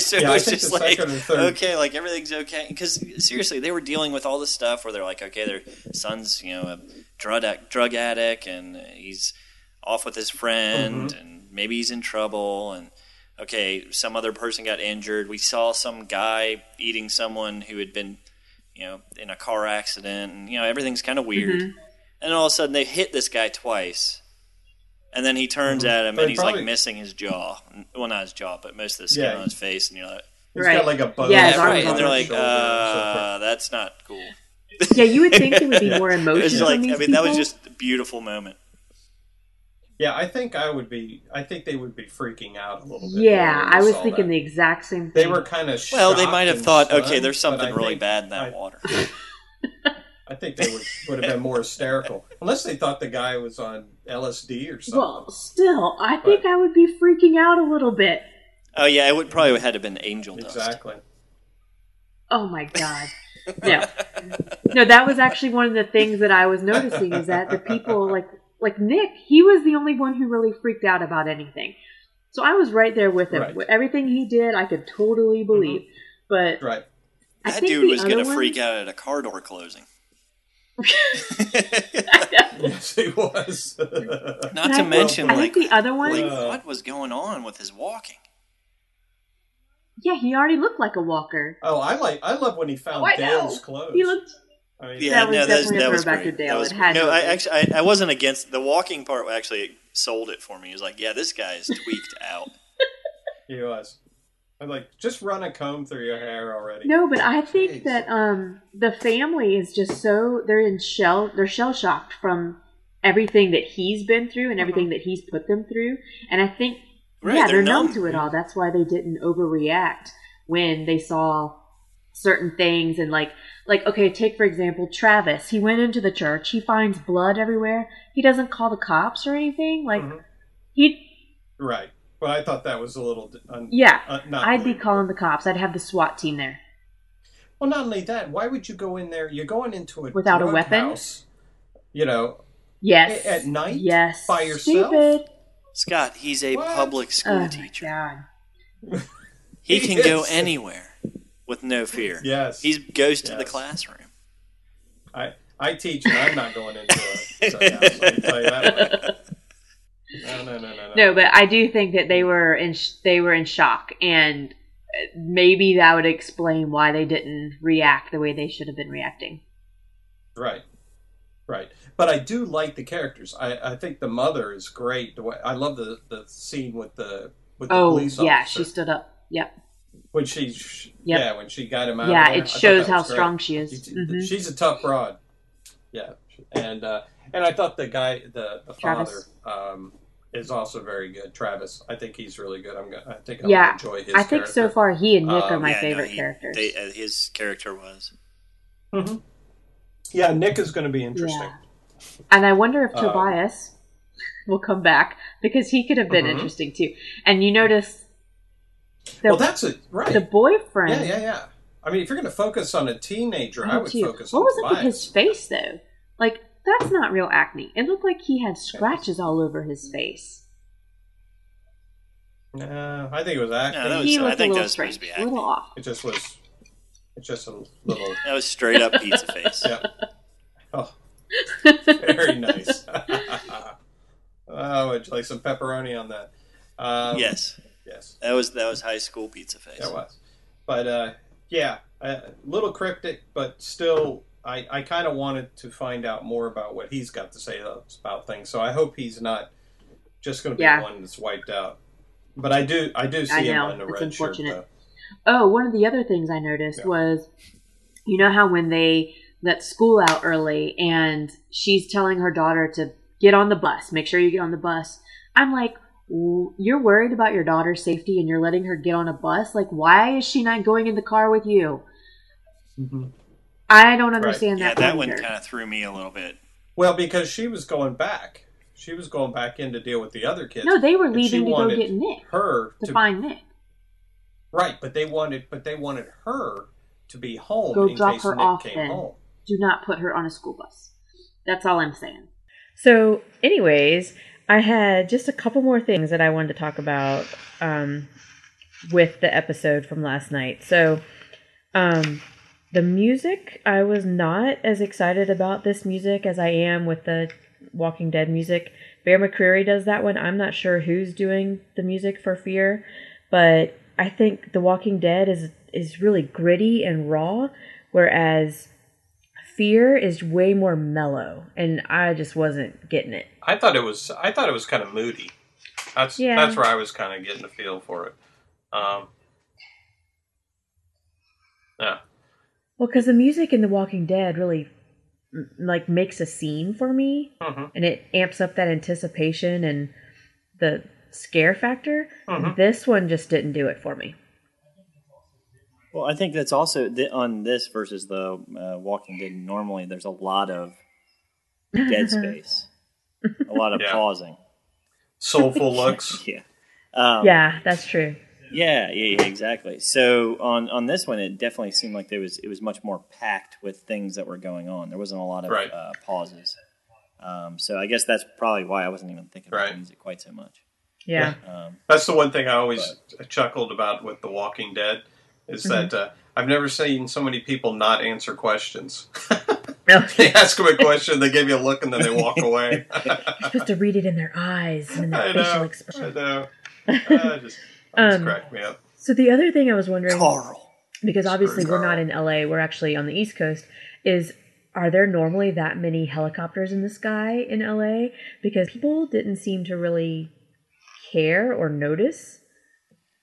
S1: <laughs> so it
S2: yeah, I
S1: was
S2: think
S1: just
S2: the
S1: like,
S2: second or third.
S1: okay, like everything's okay. Because seriously, they were dealing with all the stuff where they're like, okay, their son's you know a drug ad- drug addict, and he's off with his friend,
S2: Mm-hmm.
S1: and maybe he's in trouble, and okay, some other person got injured. We saw some guy eating someone who had been you know in a car accident, and you know everything's kind of weird. And all of a sudden, they hit this guy twice. And then he turns
S2: Mhm.
S1: at him,
S2: They
S1: and he's
S2: probably-
S1: like missing his jaw. Well, not his jaw, but most of the skin
S2: Yeah.
S1: on his face. And you're like,
S2: He's
S3: Right.
S2: got like a bow.
S3: Yeah, his
S1: yeah,
S3: arms
S1: right.
S3: on
S1: And they're
S3: his
S1: like,
S2: shoulder and so forth.
S1: uh, that's not cool.
S3: yeah you would think there would be more
S1: It
S3: emotions
S1: was
S3: from
S1: like, I mean,
S3: these
S1: that was
S3: people.
S1: just a beautiful moment.
S2: Yeah, I think I would be. I think they would be freaking out a little bit.
S3: yeah
S2: more when
S3: i
S2: they
S3: was
S2: saw
S3: thinking the
S2: that.
S3: exact same thing
S2: they were kind of.
S1: Well, they might have thought, okay, there's
S2: I
S1: something really
S2: think,
S1: bad in that
S2: I- <laughs>
S1: water.
S2: I think they would would have been more hysterical unless they thought the guy was on LSD or something.
S3: Well, oh, still, I think I would be freaking out a little bit.
S1: Oh yeah, it would probably had to been angel dust.
S2: exactly.
S3: Oh my god.
S1: <laughs>
S3: No. No, that was actually one of the things that I was noticing is that the people like like Nick, he was the only one who really freaked out about anything. So I was right there with him.
S2: Right.
S3: With Everything he did, I could totally believe. But
S2: Right.
S1: Mm-hmm.
S3: I
S1: That
S3: think
S1: dude
S3: the
S1: was
S3: other
S1: gonna
S3: one-
S1: freak out at a car door
S3: <laughs>
S1: closing. <laughs>
S2: Yes, he was. <laughs>
S1: Not
S3: And
S1: to
S3: I-
S1: mention,
S3: I
S1: like,
S3: think the other one,
S1: like,
S2: Uh,
S1: what was going on with his walking?
S3: yeah, he already looked like a walker.
S2: oh, I like. I love when he found
S3: Oh, I know.
S2: Dale's clothes.
S3: He looked
S2: I mean,
S1: Yeah,
S3: That was
S1: no, that was,
S3: definitely a
S1: that was
S3: throwback to
S1: great.
S3: Dale.
S1: That was
S3: It had
S1: great.
S3: to
S1: no, I
S3: be.
S1: actually I, I wasn't against the walking part. Actually, sold it for me. It was like, yeah, this guy is tweaked
S3: <laughs>
S1: out.
S2: he was. I'm like, just run a comb through your hair already.
S3: No, but I think
S2: Jeez.
S3: that um, the family is just so they're in shell they're shell shocked from everything that he's been through and everything that he's put them through, and I think
S1: Right,
S3: yeah
S1: they're
S3: they're, numb.
S1: numb.
S3: to it all. That's why they didn't overreact when they saw certain things and like like okay take for example Travis he went into the church he finds blood everywhere he doesn't call the cops or anything like
S2: Mhm.
S3: he
S2: Right. But I thought that was a little. d- Un-
S3: yeah
S2: Uh, not
S3: I'd be
S2: believable.
S3: calling the cops I'd have the SWAT team there
S2: Well, not only that, why would you go in there? You're going into a
S3: Without a
S2: drug
S3: weapon?
S2: house, you know,
S3: yes
S2: A- at night?
S3: yes
S2: By yourself?
S3: stupid Oh,
S1: Scott, he's a
S2: What?
S1: public school
S3: my
S1: teacher.
S3: God.
S1: He
S2: He
S1: can go
S2: is.
S1: anywhere with no fear.
S2: Yes.
S1: He goes to the
S2: Yes.
S1: classroom.
S2: I I teach, and I'm not going into a drug house. I can tell you that. much. No, no, no, no, no.
S3: No, but I do think that they were in sh- they were in shock, and uh, maybe that would explain why they didn't react the way they should have been reacting.
S2: Right. Right. But I do like the characters. I, I think the mother is great. The way, I love the, the scene with the with the
S3: Oh
S2: police officer
S3: yeah, she stood up. Yep.
S2: when she sh-
S3: Yep.
S2: yeah when she got him out.
S3: Yeah,
S2: of there. I
S3: it
S2: thought
S3: shows
S2: that
S3: how
S2: was great.
S3: strong she
S2: She's-
S3: is. Mhm.
S2: She's a tough broad. Yeah, and uh, and I thought the guy, the, the father,
S3: Travis.
S2: um, is also very good. Travis, I think he's really good. I'm gonna, I think I'll
S3: Yeah,
S2: enjoy his.
S3: I think so
S2: character.
S3: far he and Nick are
S2: Um,
S3: my
S1: Yeah, no,
S3: favorite
S1: he-
S3: characters.
S1: They, uh, his character was.
S2: Mhm. Yeah, Nick is going to be interesting.
S3: Yeah. And I wonder if
S2: Um,
S3: Tobias will come back because he could have been
S2: Mhm.
S3: interesting too. And you notice the
S2: well, that's it, right?
S3: the boyfriend
S2: yeah, yeah, yeah. I mean, if you're going to focus on a teenager, I
S3: Me
S2: would
S3: too.
S2: focus.
S3: What
S2: on
S3: was up with
S2: Tobias.
S3: his face though? Like that's not real acne. It looked like he had scratches all over his face.
S2: No, I think it was acting.
S1: No, that was-
S3: he
S1: I
S3: looked
S1: think that
S3: a little
S1: was
S3: strange,
S1: supposed to be
S3: a little off.
S2: It just was. It's just a little.
S1: That was straight up pizza
S2: <laughs>
S1: face.
S2: yeah. Oh, very nice. <laughs> oh, would you like some pepperoni on that? Um,
S1: yes,
S2: Yes,
S1: that was that was high school pizza face.
S2: that was. But uh, yeah, a little cryptic, but still, I, I kind of wanted to find out more about what he's got to say about things. So I hope he's not just going to be
S3: Yeah.
S2: one that's wiped out. But I do, I do see
S3: I
S2: him
S3: know,
S2: on the
S3: it's
S2: red shirt.
S3: unfortunate.
S2: Though.
S3: Oh, one of the other things I noticed
S2: Yeah.
S3: was, you know how when they let school out early and she's telling her daughter to get on the bus, make sure you get on the bus. I'm like, "W- you're worried about your daughter's safety and you're letting her get on a bus? Like, why is she not going in the car with you? I don't understand
S1: yeah,
S3: that.
S1: that one
S3: either.
S1: kind of threw me a little bit.
S2: Well, because she was going back, she was going back in to deal with the other kids.
S3: No, they were
S2: and she
S3: leaving to go
S2: wanted
S3: get Nick
S2: her
S3: to
S2: to
S3: find Nick.
S2: Right, but they wanted, but they wanted her to be home
S3: Go
S2: in
S3: drop
S2: case
S3: her
S2: Nick
S3: off
S2: came
S3: then.
S2: home.
S3: do not put her on a school bus. That's all I'm saying. So, anyways, I had just a couple more things that I wanted to talk about um, with the episode from last night. So, um, the music, I was not as excited about this music as I am with the Walking Dead music. Bear McCreary does that one. I'm not sure who's doing the music for Fear, but I think The Walking Dead is is really gritty and raw, whereas fear is way more mellow and i just wasn't getting it
S2: I thought it was, I thought it was kind of moody. That's
S3: Yeah.
S2: that's where I was kind of getting a feel for it. Um, yeah,
S4: Well, because the music in The Walking Dead really m- like makes a scene for me,
S2: Mhm.
S4: and it amps up that anticipation and the scare factor.
S2: Mhm.
S4: This one just didn't do it for me.
S1: Well, I think that's also th- on this versus the uh, Walking Dead. Normally, there's a lot of dead space, a lot of
S2: Yeah.
S1: pausing. <laughs>
S3: <laughs>
S2: soulful looks.
S1: Yeah,
S2: Oh.
S1: um,
S4: yeah, that's true.
S1: yeah, yeah, yeah, exactly. So on on this one, it definitely seemed like there was it was much more packed with things that were going on. There wasn't a lot of
S2: Right.
S1: uh, pauses. Um, so I guess that's probably why I wasn't even thinking about
S2: Right.
S1: the music quite so much.
S4: Yeah.
S1: Um,
S2: That's the one thing I always chuckled about with The Walking Dead is
S3: Mm-hmm.
S2: that uh, I've never seen so many people not answer questions.
S4: No,
S2: <laughs> they ask them a question, they give you a look, and then they walk away.
S4: <laughs> you're supposed to read it in their eyes and in
S2: <laughs> I
S4: their facial
S2: know. I
S4: expression. <laughs>
S2: know. Uh, just, just
S4: Um,
S2: cracked me up.
S4: So the other thing I was wondering,
S1: Carl.
S4: because obviously we're not
S2: Carl.
S4: in LA, we're actually on the East Coast, is are there normally that many helicopters in the sky in LA? Because people didn't seem to really care or notice.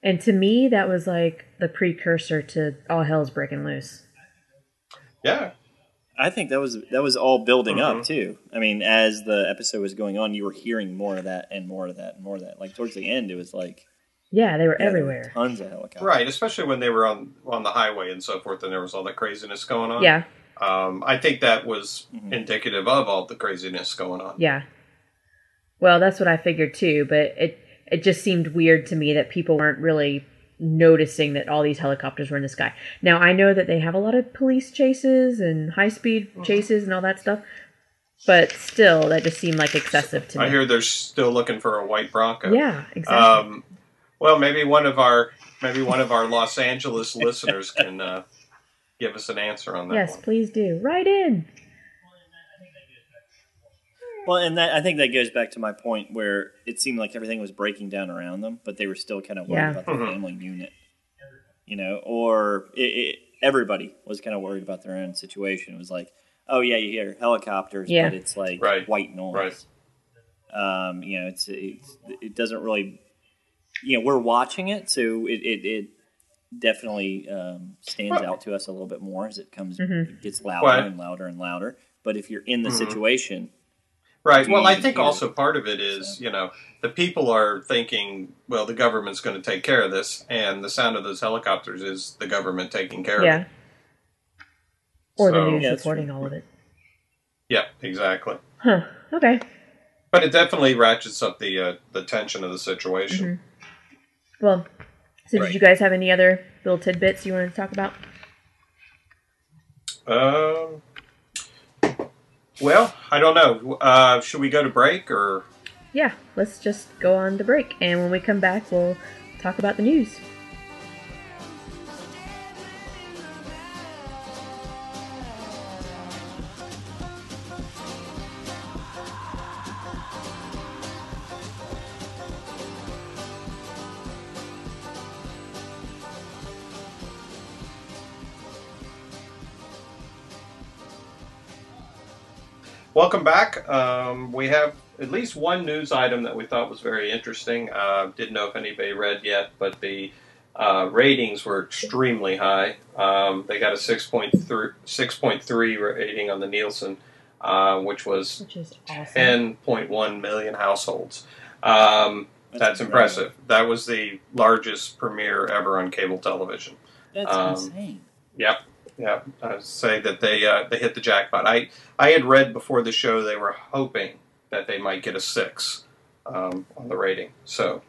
S4: And to me, that was like the precursor to all hell's breaking loose.
S2: Yeah.
S1: I think that was that was all building
S2: Mhm.
S1: up too. I mean, as the episode was going on, you were hearing more of that and more of that and more of that. Like towards the end, it was like
S4: Yeah, they were
S1: yeah, there were
S4: everywhere.
S1: tons of helicopters.
S2: Right, especially when they were on on the highway and so forth, and there was all that craziness going on.
S4: Yeah,
S2: um, I think that was
S4: Mm-hmm.
S1: Mhm.
S2: indicative of all the craziness going on.
S4: yeah. Well, that's what I figured too, but it it just seemed weird to me that people weren't really noticing that all these helicopters were in the sky. Now I know that they have a lot of police chases and high speed
S2: Mm-hmm.
S4: chases and all that stuff, but still, that just seemed like excessive to me.
S2: I hear they're still looking for a white Bronco.
S4: yeah, exactly.
S2: Um, well, maybe one of our maybe one of our
S4: <laughs>
S2: Los Angeles listeners can uh, give us an answer on that
S4: yes,
S2: one.
S4: please do. Right in.
S1: Well, and that I think that goes back to my point where it seemed like everything was breaking down around them, but they were still kind of worried
S4: Yeah.
S1: about their
S2: Mhm.
S1: family unit, you know, or it, it, everybody was kind of worried about their own situation. It was like, oh yeah, you hear helicopters,
S4: Yeah.
S1: but it's like
S2: Right.
S1: white noise. Um, you know, it's, it's it doesn't really, you know, we're watching it, so it it, it definitely um, stands
S2: Well-
S1: out to us a little bit more as it comes
S4: Mhm.
S1: it gets louder
S2: Well, I-
S1: and louder and louder. But if you're in the
S2: Mhm.
S1: situation,
S2: Right.
S1: Do
S2: Well,
S1: you
S2: I think
S1: hear-
S2: also part of it is you know the people are thinking, well, the government's going to take care of this, and the sound of those helicopters is the government taking care of
S4: Yeah.
S2: it.
S4: Or
S2: So-
S4: the news
S1: Yeah, that's
S4: reporting all of it.
S2: Yeah, exactly.
S4: Huh. Okay.
S2: But it definitely ratchets up the uh, the tension of the situation.
S4: Well, so
S2: Right.
S4: did you guys have any other little tidbits you wanted to talk about? Mm-hmm.
S2: Um, well, I don't know. Uh, should we go to break or?
S3: Yeah, let's just go on to break, and when we come back, we'll talk about the news.
S2: Welcome back. Um, we have at least one news item that we thought was very interesting. Uh, didn't know if anybody read yet, but the uh, ratings were extremely high. Um, they got a 6.3, 6.3 rating on the Nielsen, uh, which was
S3: Which is awesome.
S2: 10.1 million households. Um,
S1: That's
S2: that's impressive. That was the largest premiere ever on cable television.
S1: That's
S2: Um,
S1: insane.
S2: Yep, yep. I would say that they uh, they hit the jackpot. I I had read before the show they were hoping that they might get a six um, on the rating. So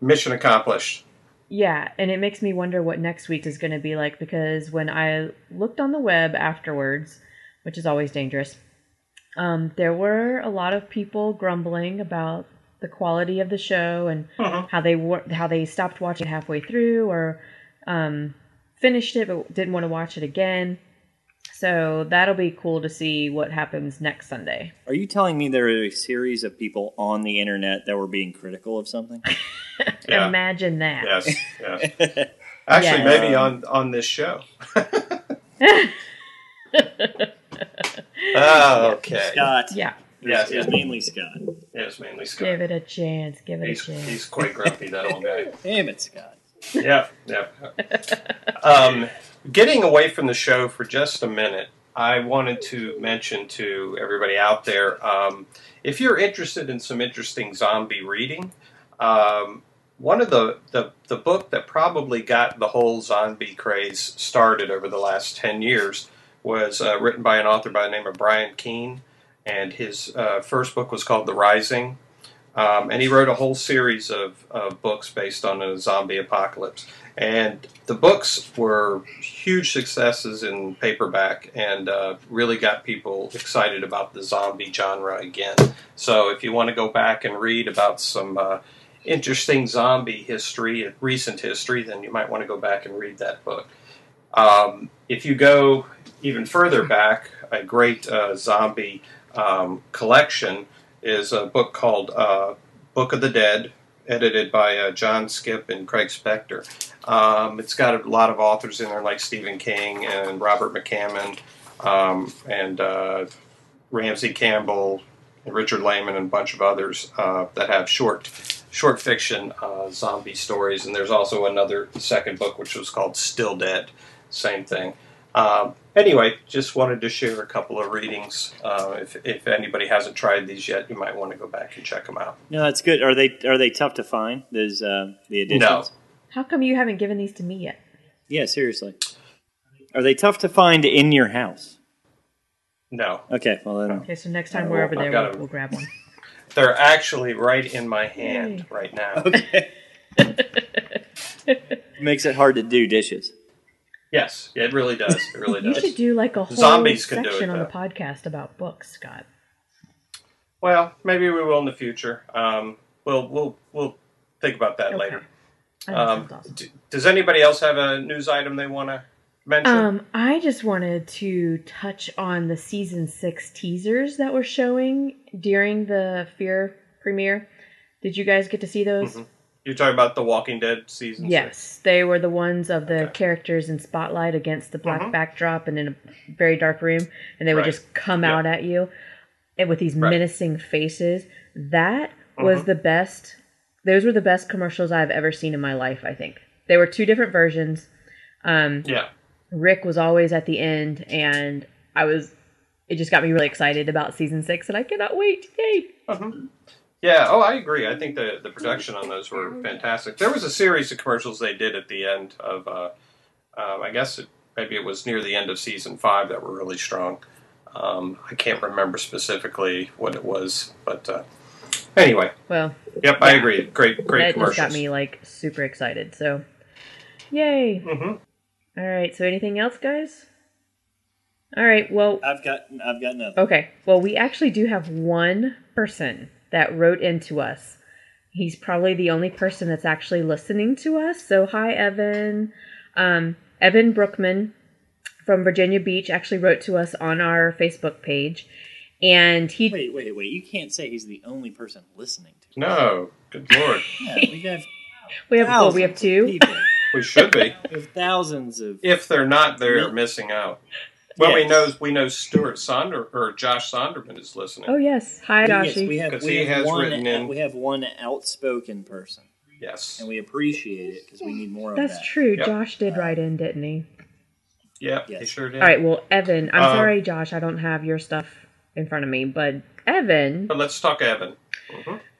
S2: mission accomplished.
S3: Yeah, and it makes me wonder what next week is going to be like because when I looked on the web afterwards, which is always dangerous, um, there were a lot of people grumbling about the quality of the show and how they were, how they stopped watching it halfway through or um, finished it but didn't want to watch it again. So that'll be cool to see what happens next Sunday.
S1: Are you telling me there are a series of people on the internet that were being critical of
S2: <laughs>
S1: something?
S2: Yeah.
S3: Imagine that.
S2: Yes, yes. Actually,
S3: Yeah.
S2: maybe on on this show. oh, okay.
S1: Scott.
S3: <laughs> Yeah.
S2: Yeah,
S1: It was
S2: yeah.
S1: mainly Scott.
S2: Yeah, it's mainly Scott.
S3: Give it a chance. Give it
S2: He's,
S3: a chance.
S2: he's quite grumpy, that old guy.
S1: Damn it, Scott.
S2: yeah, yeah. Um, getting away from the show for just a minute, I wanted to mention to everybody out there um, if you're interested in some interesting zombie reading, um, one of the, the, the book that probably got the whole zombie craze started over the last 10 years was uh, written by an author by the name of Brian Keene, and his uh, first book was called The Rising. Um, and he wrote a whole series of, of books based on a zombie apocalypse. And the books were huge successes in paperback and uh, really got people excited about the zombie genre again. So if you want to go back and read about some uh, interesting zombie history, recent history, then you might want to go back and read that book. Um, if you go even further back, a great uh, zombie um, collection is a book called uh, Book of the Dead, edited by uh, John Skip and Craig Spector. Um, it's got a lot of authors in there, like Stephen King and Robert McCammon, um, and uh, Ramsey Campbell, and Richard Lehman, and a bunch of others uh, that have short short fiction uh, zombie stories. And there's also another second book which was called Still Dead. Same thing. Um, anyway, just wanted to share a couple of readings. Uh, if, if anybody hasn't tried these yet, you might want to go back and check them out.
S1: No, that's good. Are they are they tough to find? Those um, the editions?
S2: No.
S3: How come you haven't given these to me yet?
S1: Yeah, seriously. Are they tough to find in your house?
S2: No,
S1: Okay, well then.
S3: Okay, so next time
S2: Uh,
S3: we're
S2: well,
S3: over
S2: I've
S3: there,
S2: got
S3: we'll,
S2: a-
S3: we'll grab one.
S2: they're actually right in my hand
S3: Yay.
S2: right now.
S1: <laughs> Okay. Makes it hard to do dishes.
S2: Yes, it really does.
S3: <laughs>
S2: It really
S3: You
S2: does.
S3: should do like a whole
S2: Zombies can do it,
S3: section on the
S2: though.
S3: podcast about books, Scott.
S2: Well, maybe we will in the future. Um, we'll we'll we'll think about that
S3: Okay.
S2: later.
S3: I think
S2: Um,
S3: sounds awesome.
S2: d- does anybody else have a news item they want to mention?
S3: Um, I just wanted to touch on the season six teasers that were showing during the Fear premiere. Did you guys get to see those?
S2: Mm-hmm. You're talking about the Walking Dead season.
S3: Yes,
S2: six?
S3: they were the ones of the
S2: Okay. Mm-hmm.
S3: characters in spotlight against the black backdrop and in a very dark room, and they would
S2: Right.
S3: just come
S2: Yeah.
S3: out at you and with these
S2: Right. Mm-hmm.
S3: menacing faces. That was the best. Those were the best commercials I've ever seen in my life. I think they were two different versions. Um,
S2: Yeah.
S3: Rick was always at the end, and I was. It just got me really excited about season six, and I cannot wait! Yay!
S2: Yeah. Oh, I agree. I think the
S3: Mm-hmm.
S2: the production on those were fantastic. There was a series of commercials they did at the end of. Uh, um, I guess it, maybe it was near the end of season five that were really strong. Um, I can't remember specifically what it was, but uh, anyway,
S3: Well,
S2: yep, I
S3: Yeah.
S2: agree. Great, great
S3: that just
S2: commercials.
S3: got me like super excited. So, yay!
S2: Mhm.
S1: Mm-hmm.
S3: All right. So, anything else, guys? All right. Well,
S1: I've got I've got nothing.
S3: okay. Well, we actually do have one person that wrote into us. He's probably the only person that's actually listening to us. So, hi, Evan. Um, Evan Brookman from Virginia Beach actually wrote to us on our Facebook page, and he
S1: Wait, wait, wait! You can't say he's the only person listening <laughs> to.
S2: No, good lord,
S1: Yeah, we have
S3: we have well, we have
S1: thousands of
S3: two.
S1: people.
S2: we should be.
S1: We have thousands of
S2: If they're not, they're
S1: Yeah.
S2: missing out. Well, we
S1: Yes.
S2: know we know Stuart Sonder or Josh Sonderman is listening.
S3: Oh yes, hi,
S1: <laughs> Yes,
S3: Joshi.
S1: we have
S2: 'Cause
S1: we
S2: he
S1: have
S2: has
S1: one
S2: written in-
S1: we have one outspoken person,
S2: Yes.
S1: and we appreciate it because we need more of
S3: That's
S1: that.
S3: true.
S2: Yep.
S3: Josh did write in, didn't he?
S2: Yep. He
S1: Yes.
S2: sure did.
S3: All right. Well, Evan, I'm
S2: Uh,
S3: sorry, Josh, I don't have your stuff in front of me, but Evan
S2: But let's talk Evan.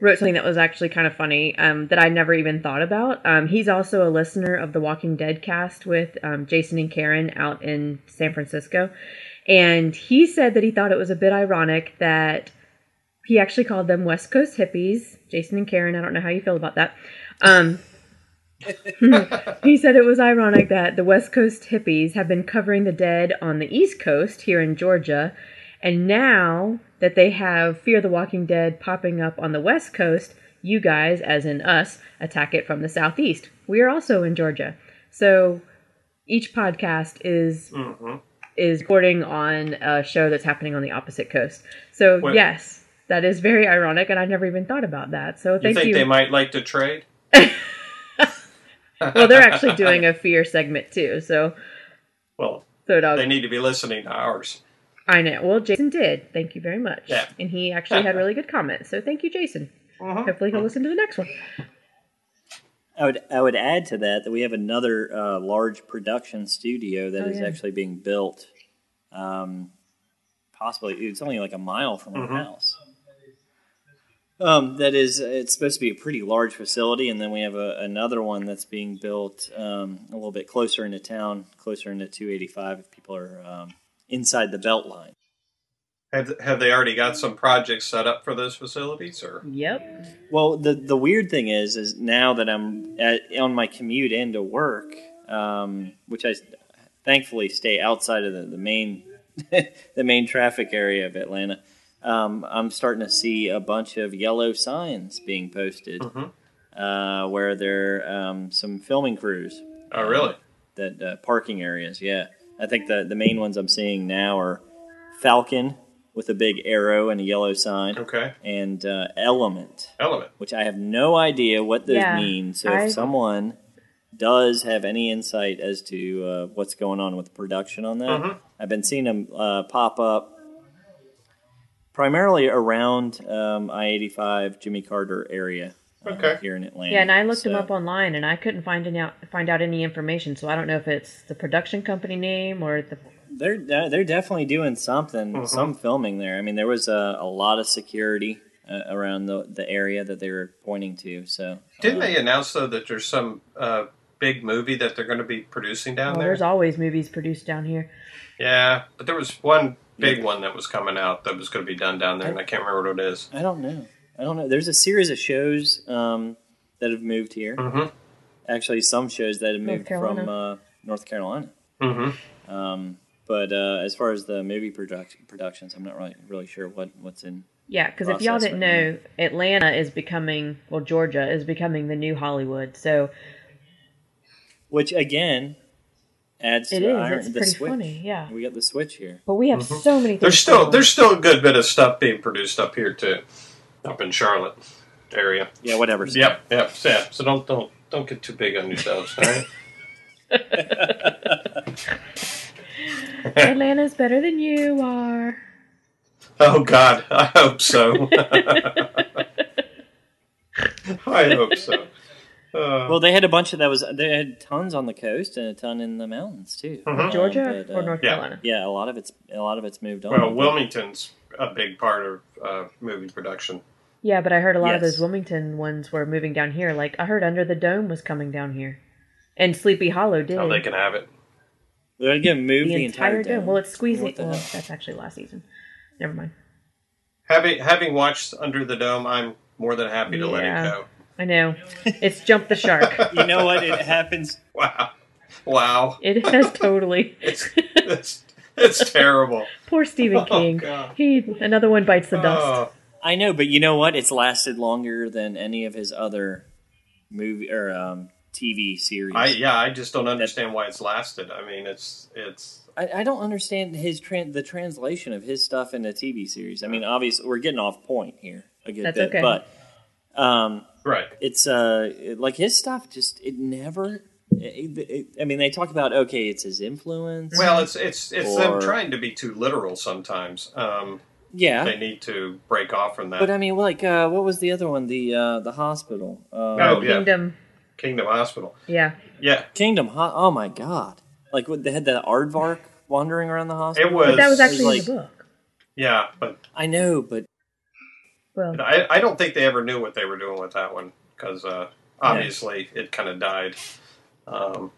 S3: wrote something that was actually kind of funny um, that I never even thought about. Um, he's also a listener of the Walking Dead cast with um, Jason and Karen out in San Francisco, and he said that he thought it was a bit ironic that he actually called them West Coast hippies. Jason and Karen, I don't know how you feel about that. Um, <laughs> he said it was ironic that the West Coast hippies have been covering the dead on the East Coast here in Georgia, and now that they have Fear the Walking Dead popping up on the West Coast, you guys, as in us, attack it from the Southeast. We are also in Georgia. So each podcast is
S2: hmm
S3: is recording on a show that's happening on the opposite coast. So
S2: Well-
S3: yes, that is very ironic, and I never even thought about that. So
S2: You
S3: thank
S2: think
S3: you.
S2: they might like to trade?
S3: well, they're actually doing a fear segment too. So
S2: Well,
S3: so dog.
S2: they need to be listening to ours.
S3: I know. Well, Jason did. Thank you very much.
S2: Yeah.
S3: And he actually had really good comments. So thank you, Jason.
S2: Mhm.
S3: Hopefully he'll listen to the next one.
S1: I would I would add to that that we have another uh, large production studio that is
S3: Oh, yeah.
S1: actually being built. Um, possibly it's only like a mile from our house. Um, that is, it's supposed to be a pretty large facility, and then we have a, another one that's being built um, a little bit closer into town, closer into 285. If people are um, inside the belt line,
S2: Have, have they already got some projects set up for those facilities? Or
S3: Yep.
S1: Well, the the weird thing is, is now that I'm at, on my commute into work, um, which I s- thankfully stay outside of the, the main <laughs> the main traffic area of Atlanta, um, I'm starting to see a bunch of yellow signs being posted, uh, where there um, some filming crews
S2: oh, really?
S1: that uh, parking areas. Yeah, I think the the main ones I'm seeing now are Falcon with a big arrow and a yellow sign,
S2: Okay.
S1: and uh, Element
S2: Element.
S1: which I have no idea what those
S3: Yeah,
S1: mean. So
S3: I-
S1: if someone does have any insight as to uh, what's going on with production on that,
S2: Mhm.
S1: I've been seeing them uh, pop up primarily around um, I eighty five Jimmy Carter area. uh,
S2: Okay.
S1: here in Atlanta.
S3: Yeah, and I looked him
S1: So-
S3: up online and I couldn't find any out find out any information, so I don't know if it's the production company name or the
S1: They're de- they're definitely doing something,
S2: Mm-hmm.
S1: some filming there. I mean, there was a, a lot of security uh, around the the area that they were pointing to. So
S2: Didn't
S1: uh,
S2: they announce though that there's some uh, big movie that they're going to be producing down
S3: well,
S2: there?
S3: Oh, there's always movies produced down here.
S2: Yeah, but there was one big one that was coming out that was going to be done down there, and I can't remember what it is.
S1: I don't know. I don't know. There's a series of shows um, that have moved here.
S2: Mhm.
S1: Actually, some shows that have
S3: North
S1: moved from
S3: Carolina.
S1: uh, North Carolina.
S2: Mm-hmm.
S1: Um, but uh, as far as the movie produc- productions, I'm not really really sure what, what's in.
S3: Yeah, because if y'all
S1: Process
S3: didn't
S1: right
S3: know, Atlanta is becoming well, Georgia is becoming the new Hollywood. So
S1: Which again adds
S3: it
S1: to
S3: is.
S1: iron,
S3: it's
S1: the
S3: pretty
S1: switch.
S3: funny. Yeah.
S1: We got the switch here.
S3: But we have so many. Things
S2: There's still
S3: going on.
S2: there's still a good bit of stuff being produced up here too, up in Charlotte area.
S1: Yeah, whatever.
S2: Yep, yep, yeah. So don't don't don't get too big on yourselves. All right.
S3: Atlanta's better than you
S2: <laughs>
S3: are.
S2: oh God, I
S1: <laughs>
S2: hope so. I hope so. Uh,
S1: <laughs> Well, they had a bunch of that was they had tons on the coast and a ton in the mountains too.
S3: Mm-hmm.
S1: Um,
S3: Georgia
S1: but,
S3: or
S1: uh,
S3: North
S2: yeah.
S3: Carolina?
S1: Yeah, a lot of it's a lot of it's moved on.
S2: well, Wilmington's a big part of uh, movie production.
S3: Yeah, but I heard a lot of
S1: Yes.
S3: those Wilmington ones were moving down here. Like I heard Under the Dome was coming down here, and Sleepy Hollow did
S2: How Oh, they can have it.
S1: they're gonna move
S3: the,
S1: the,
S3: entire dome. Well, it's squeezing.
S1: What the
S3: Well,
S1: hell?
S3: that's actually last season. Never mind.
S2: Having having watched Under the Dome, I'm more than happy to let
S3: Yeah.
S2: it go.
S3: I know. It's jumped the shark.
S2: <laughs>
S1: you know what? It happens
S2: Wow, wow.
S3: It has totally. <laughs>
S2: It's, it's It's
S1: <laughs>
S2: terrible.
S3: Poor Stephen
S2: Oh,
S3: King.
S2: God.
S3: He another one bites the dust.
S2: Oh,
S1: I know, but you know what? It's lasted longer than any of his other movie or um, TV series.
S2: Uh, I yeah, I just don't understand why it's lasted. I mean, it's it's
S1: I, I don't understand his tran the translation of his stuff into TV series. I mean, obviously, we're getting off point here a good
S3: That's
S1: bit,
S3: okay.
S1: but um,
S2: right.
S1: it's uh, it- like his stuff just it never. It, it, I mean, they talk about okay, it's his influence.
S2: Well, it's it's it's
S1: Or-
S2: them trying to be too literal sometimes. Um,
S1: yeah,
S2: They need to break off from that.
S1: but I mean, like, uh, what was the other one? The uh, the hospital, uh,
S2: Oh, yeah.
S3: Kingdom.
S2: Kingdom Hospital.
S3: Yeah.
S2: Yeah,
S1: Kingdom. Ho- oh my god! Like, what, they had that aardvark wandering around the hospital.
S2: it was.
S3: But that was
S1: It's like-
S3: actually in the book.
S2: yeah, but
S1: I know, but
S3: Well,
S2: I I don't think they ever knew what they were doing with that one because uh, obviously it kind of died. Um,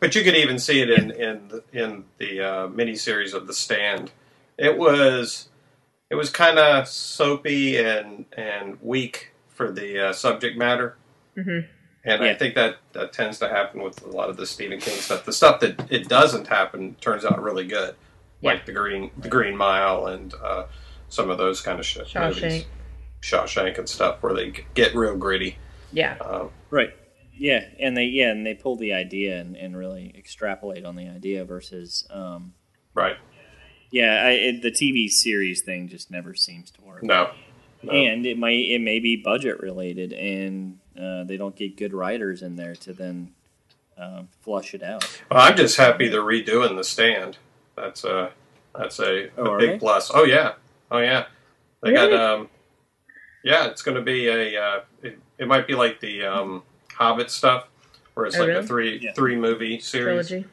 S2: but you could even see it in in the- in the uh, miniseries of The Stand. It was it was kind of soapy and and weak for the uh, subject matter.
S3: Mhm.
S2: And I
S1: Yeah.
S2: think that, that tends to happen with a lot of the Stephen King stuff. The stuff that it doesn't happen turns out really good, like the Green the Green Mile and uh, some of those kind of shit movies.
S3: Shawshank.
S2: Shawshank and stuff, where they get real gritty.
S3: Yeah.
S2: Um,
S1: Right. Yeah, and they yeah, and they pull the idea and, and really extrapolate on the idea versus um
S2: right?
S1: yeah, I, it, the TV series thing just never seems to work.
S2: No. No.
S1: And it might it may be budget related and uh, they don't get good writers in there to then um, flush it out.
S2: Well, I'm just happy they're redoing the stand. That's a that's a,
S1: Oh,
S2: a
S1: are
S2: big
S1: they?
S2: plus. Oh yeah, oh yeah. They got
S3: Really?
S2: um, yeah. It's going to be a uh, it, it might be like the um, Hobbit stuff, where it's
S3: Oh,
S2: like a
S3: really?
S2: three
S1: Yeah.
S2: three movie series.
S3: trilogy.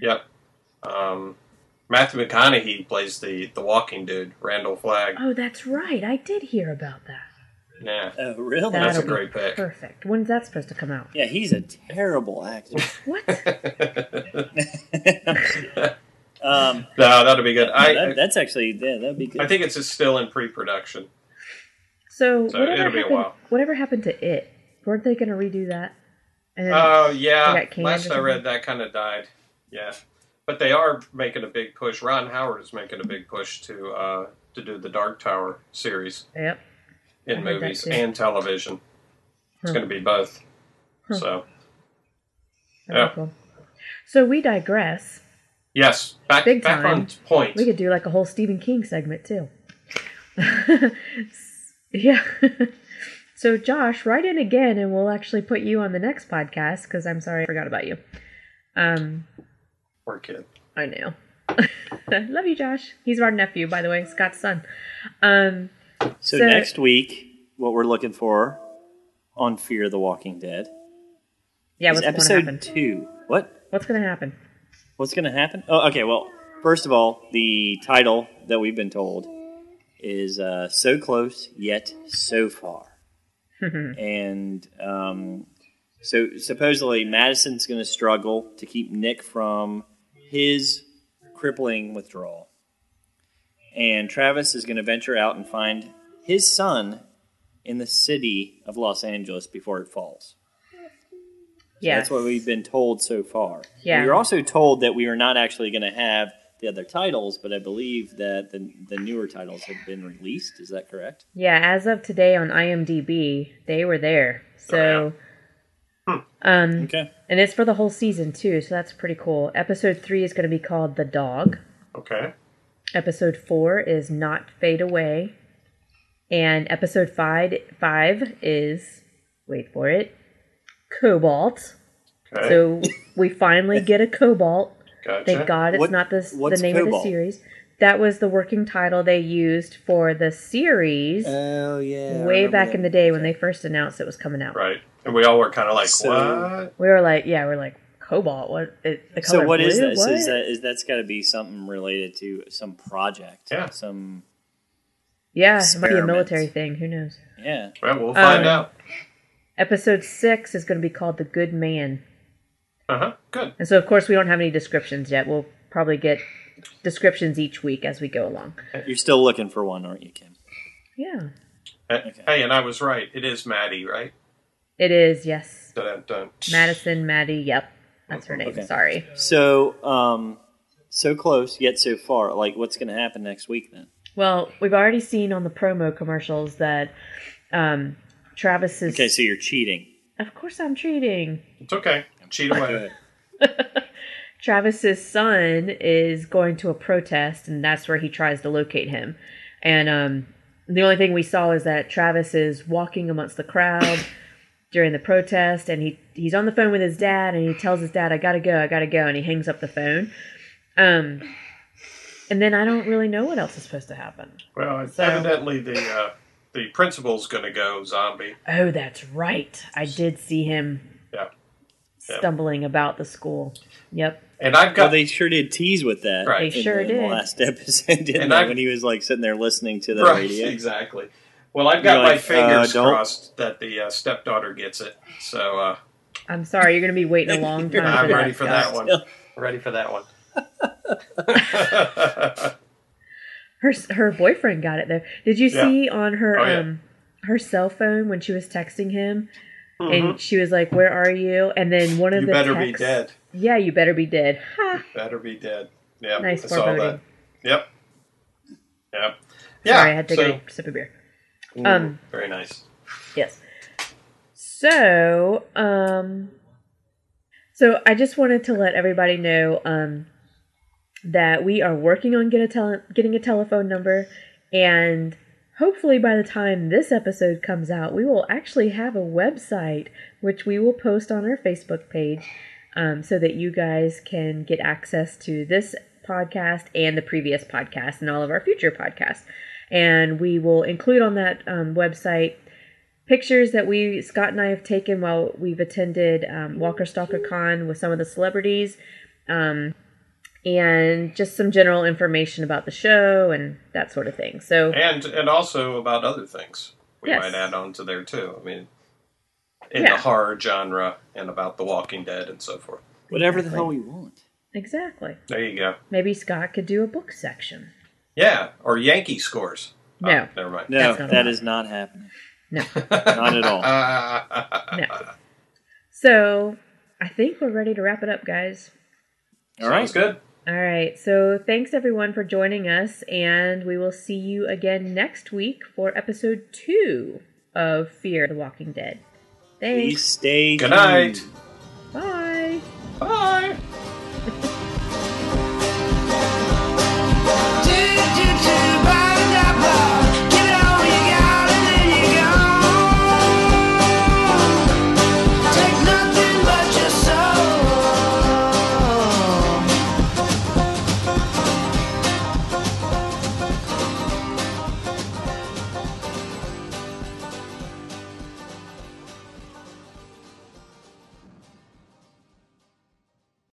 S2: Yep. Um, Matthew McConaughey plays the the walking dude, Randall Flagg.
S3: Oh, that's right. I did hear about that.
S2: Yeah,
S1: Oh, really?
S2: That's a
S3: That'll be
S2: great pick.
S3: Perfect. When's that supposed to come out?
S1: yeah, he's a terrible actor.
S2: <laughs>
S3: What?
S1: um,
S2: no, that'll be good. <laughs> I
S1: that, that's actually yeah, that'd be good.
S2: I think it's just still in pre production.
S3: So,
S2: So
S3: whatever
S2: it'll be a
S3: happened?
S2: while.
S3: Whatever happened to it? Weren't they going to redo that? And then-
S2: Oh
S3: They
S2: yeah,
S3: got canned or
S2: last I
S3: something?
S2: read that kind of died. Yeah, but they are making a big push. Ron Howard is making a big push to uh, to do the Dark Tower series
S3: yep. I
S2: in
S3: heard that
S2: movies
S3: too.
S2: and television. It's
S3: Huh.
S2: going to be both.
S3: Huh.
S2: So Yeah.
S3: Wonderful. So we digress.
S2: yes, back
S3: Big
S2: back on
S3: time.
S2: point.
S3: We could do like a whole Stephen King segment too. <laughs> yeah. <laughs> so Josh, write in again, and we'll actually put you on the next podcast because I'm sorry I forgot about you. Um,
S2: Poor kid.
S3: I know. <laughs> Love you, Josh. He's our nephew, by the way, Scott's son. Um,
S1: So,
S3: So-
S1: next week, what we're looking for on Fear the Walking Dead
S3: yeah.
S1: is
S3: What's going to happen?
S1: episode two. What?
S3: What's going to happen?
S1: What's going to happen? Oh, okay. Well, first of all, the title that we've been told is uh, "So Close Yet So Far," and um, so supposedly Madison's going to struggle to keep Nick from his crippling withdrawal, and Travis is going to venture out and find his son in the city of Los Angeles before it falls.
S3: Yeah.
S1: That's what we've been told so far.
S3: Yeah.
S1: We were also told that we were not actually going to have the other titles, but I believe that the, the newer titles have been released. Is that correct?
S3: Yeah, as of today on IMDb, they were there.
S1: Oh,
S3: So, um,
S1: Okay.
S3: and it's for the whole season too, so that's pretty cool. Episode three is going to be called "The Dog."
S2: Okay.
S3: Episode four is "Not Fade Away," and episode five five is wait for it, Cobalt.
S2: Okay.
S3: So we finally get a Cobalt.
S2: gotcha.
S3: Thank God it's
S1: What-
S3: not this, the
S1: what's
S3: name of
S1: Cobalt?
S3: the series. That was the working title they used for the series
S1: Oh yeah.
S3: way back in the day when they first announced it was coming out.
S2: Right. And we all were kind of like,
S1: So-
S2: what?
S3: We were like, yeah, we're like cobalt. What? It, the color
S1: So what
S3: blue?
S1: is this?
S3: What?
S1: Is that is that's got to be something related to some project?
S2: Yeah.
S1: Some
S3: yeah, it might be a
S1: experiment?
S3: military thing. Who knows?
S1: yeah.
S2: Well, we'll find
S3: Um,
S2: out.
S3: Episode six is going to be called "The Good Man,"
S2: Uh huh. Good.
S3: and so of course we don't have any descriptions yet. We'll probably get descriptions each week as we go along.
S1: You're still looking for one, aren't you, Kim?
S3: Yeah,
S2: Hey, and I was right. It is Maddie, right?
S3: it is. Yes,
S2: Dun, dun, dun.
S3: Madison, Maddie. Yep, that's her name.
S1: Okay.
S3: Sorry.
S1: So um, So close, yet so far. Like, what's going to happen next week then?
S3: Well, we've already seen on the promo commercials that um, Travis is.
S1: Okay, so you're cheating.
S3: Of course, I'm cheating.
S2: It's okay. Cheat away.
S3: Travis's son is going to a protest, and that's where he tries to locate him. And um, the only thing we saw is that Travis is walking amongst the crowd during the protest, and he he's on the phone with his dad, and he tells his dad, "I gotta go, I gotta go," and he hangs up the phone. Um, and then I don't really know what else is supposed to happen.
S2: Well, it's
S3: So-
S2: evidently the uh, the principal's going to go zombie.
S3: Oh, that's right. I did see him
S2: Yeah, Yeah.
S3: stumbling about the school. Yep.
S2: and I've
S1: Well,
S2: got
S1: they sure did tease with that.
S2: Right.
S3: They
S1: in
S3: sure
S1: the, In
S3: did.
S1: the last <laughs> episode, didn't
S2: And
S1: they?
S2: I-
S1: when he was like sitting there listening to the
S2: right
S1: radio.
S2: exactly. Well, I've got
S1: You're
S2: my
S1: like,
S2: fingers
S1: uh, don't-
S2: crossed that the uh, stepdaughter gets it. So uh,
S3: I'm sorry, you're going to
S1: <laughs>
S3: be waiting
S2: <laughs>
S3: a long time.
S2: I'm
S3: for
S2: ready
S3: that,
S2: for
S3: guys.
S2: that one. Ready for that one.
S3: Her her boyfriend got it though. Did you
S2: Yeah.
S3: see on her
S2: Oh, yeah.
S3: um her cell phone when she was texting him? And she was like, "Where are you?" And then one
S2: <laughs>
S3: of
S2: Mm-hmm. you
S3: the
S2: better be
S3: texts-
S2: dead.
S3: Yeah, you better be dead. Ha.
S2: Better be dead. Yeah,
S3: Nice
S2: I saw that.
S3: foreboding.
S2: Yep. Yep. Yeah.
S3: Sorry, I had to
S2: so-
S3: take a sip of beer. Um,
S2: Very nice.
S3: Yes. So, um, so I just wanted to let everybody know um, that we are working on get a tele- getting a telephone number, and hopefully by the time this episode comes out, we will actually have a website which we will post on our Facebook page, um, so that you guys can get access to this podcast and the previous podcast and all of our future podcasts. And we will include on that um, website pictures that we Scott and I have taken while we've attended um, Walker Stalker Con with some of the celebrities, um, and just some general information about the show and that sort of thing. So
S2: and and also about other things we
S3: Yes.
S2: might add on to there too. I mean, in
S3: Yeah.
S2: the horror genre and about The Walking Dead and so forth.
S1: Whatever the
S3: Exactly.
S1: hell we want.
S3: exactly,
S2: There you go.
S3: maybe Scott could do a book section.
S2: Yeah, or Yankee scores. Oh,
S3: No,
S2: never mind.
S1: No,
S3: That's not
S1: that
S3: allowed.
S1: is not happening.
S3: No.
S1: not at
S2: <laughs>
S1: all.
S2: Uh,
S3: no. So I think we're ready to wrap it up, guys.
S1: All right.
S2: Sounds good.
S3: All right. So thanks everyone for joining us, and we will see you again next week for episode two of Fear the Walking Dead. Thanks.
S1: Please stay
S2: Good night.
S1: tuned.
S3: Bye.
S2: Bye.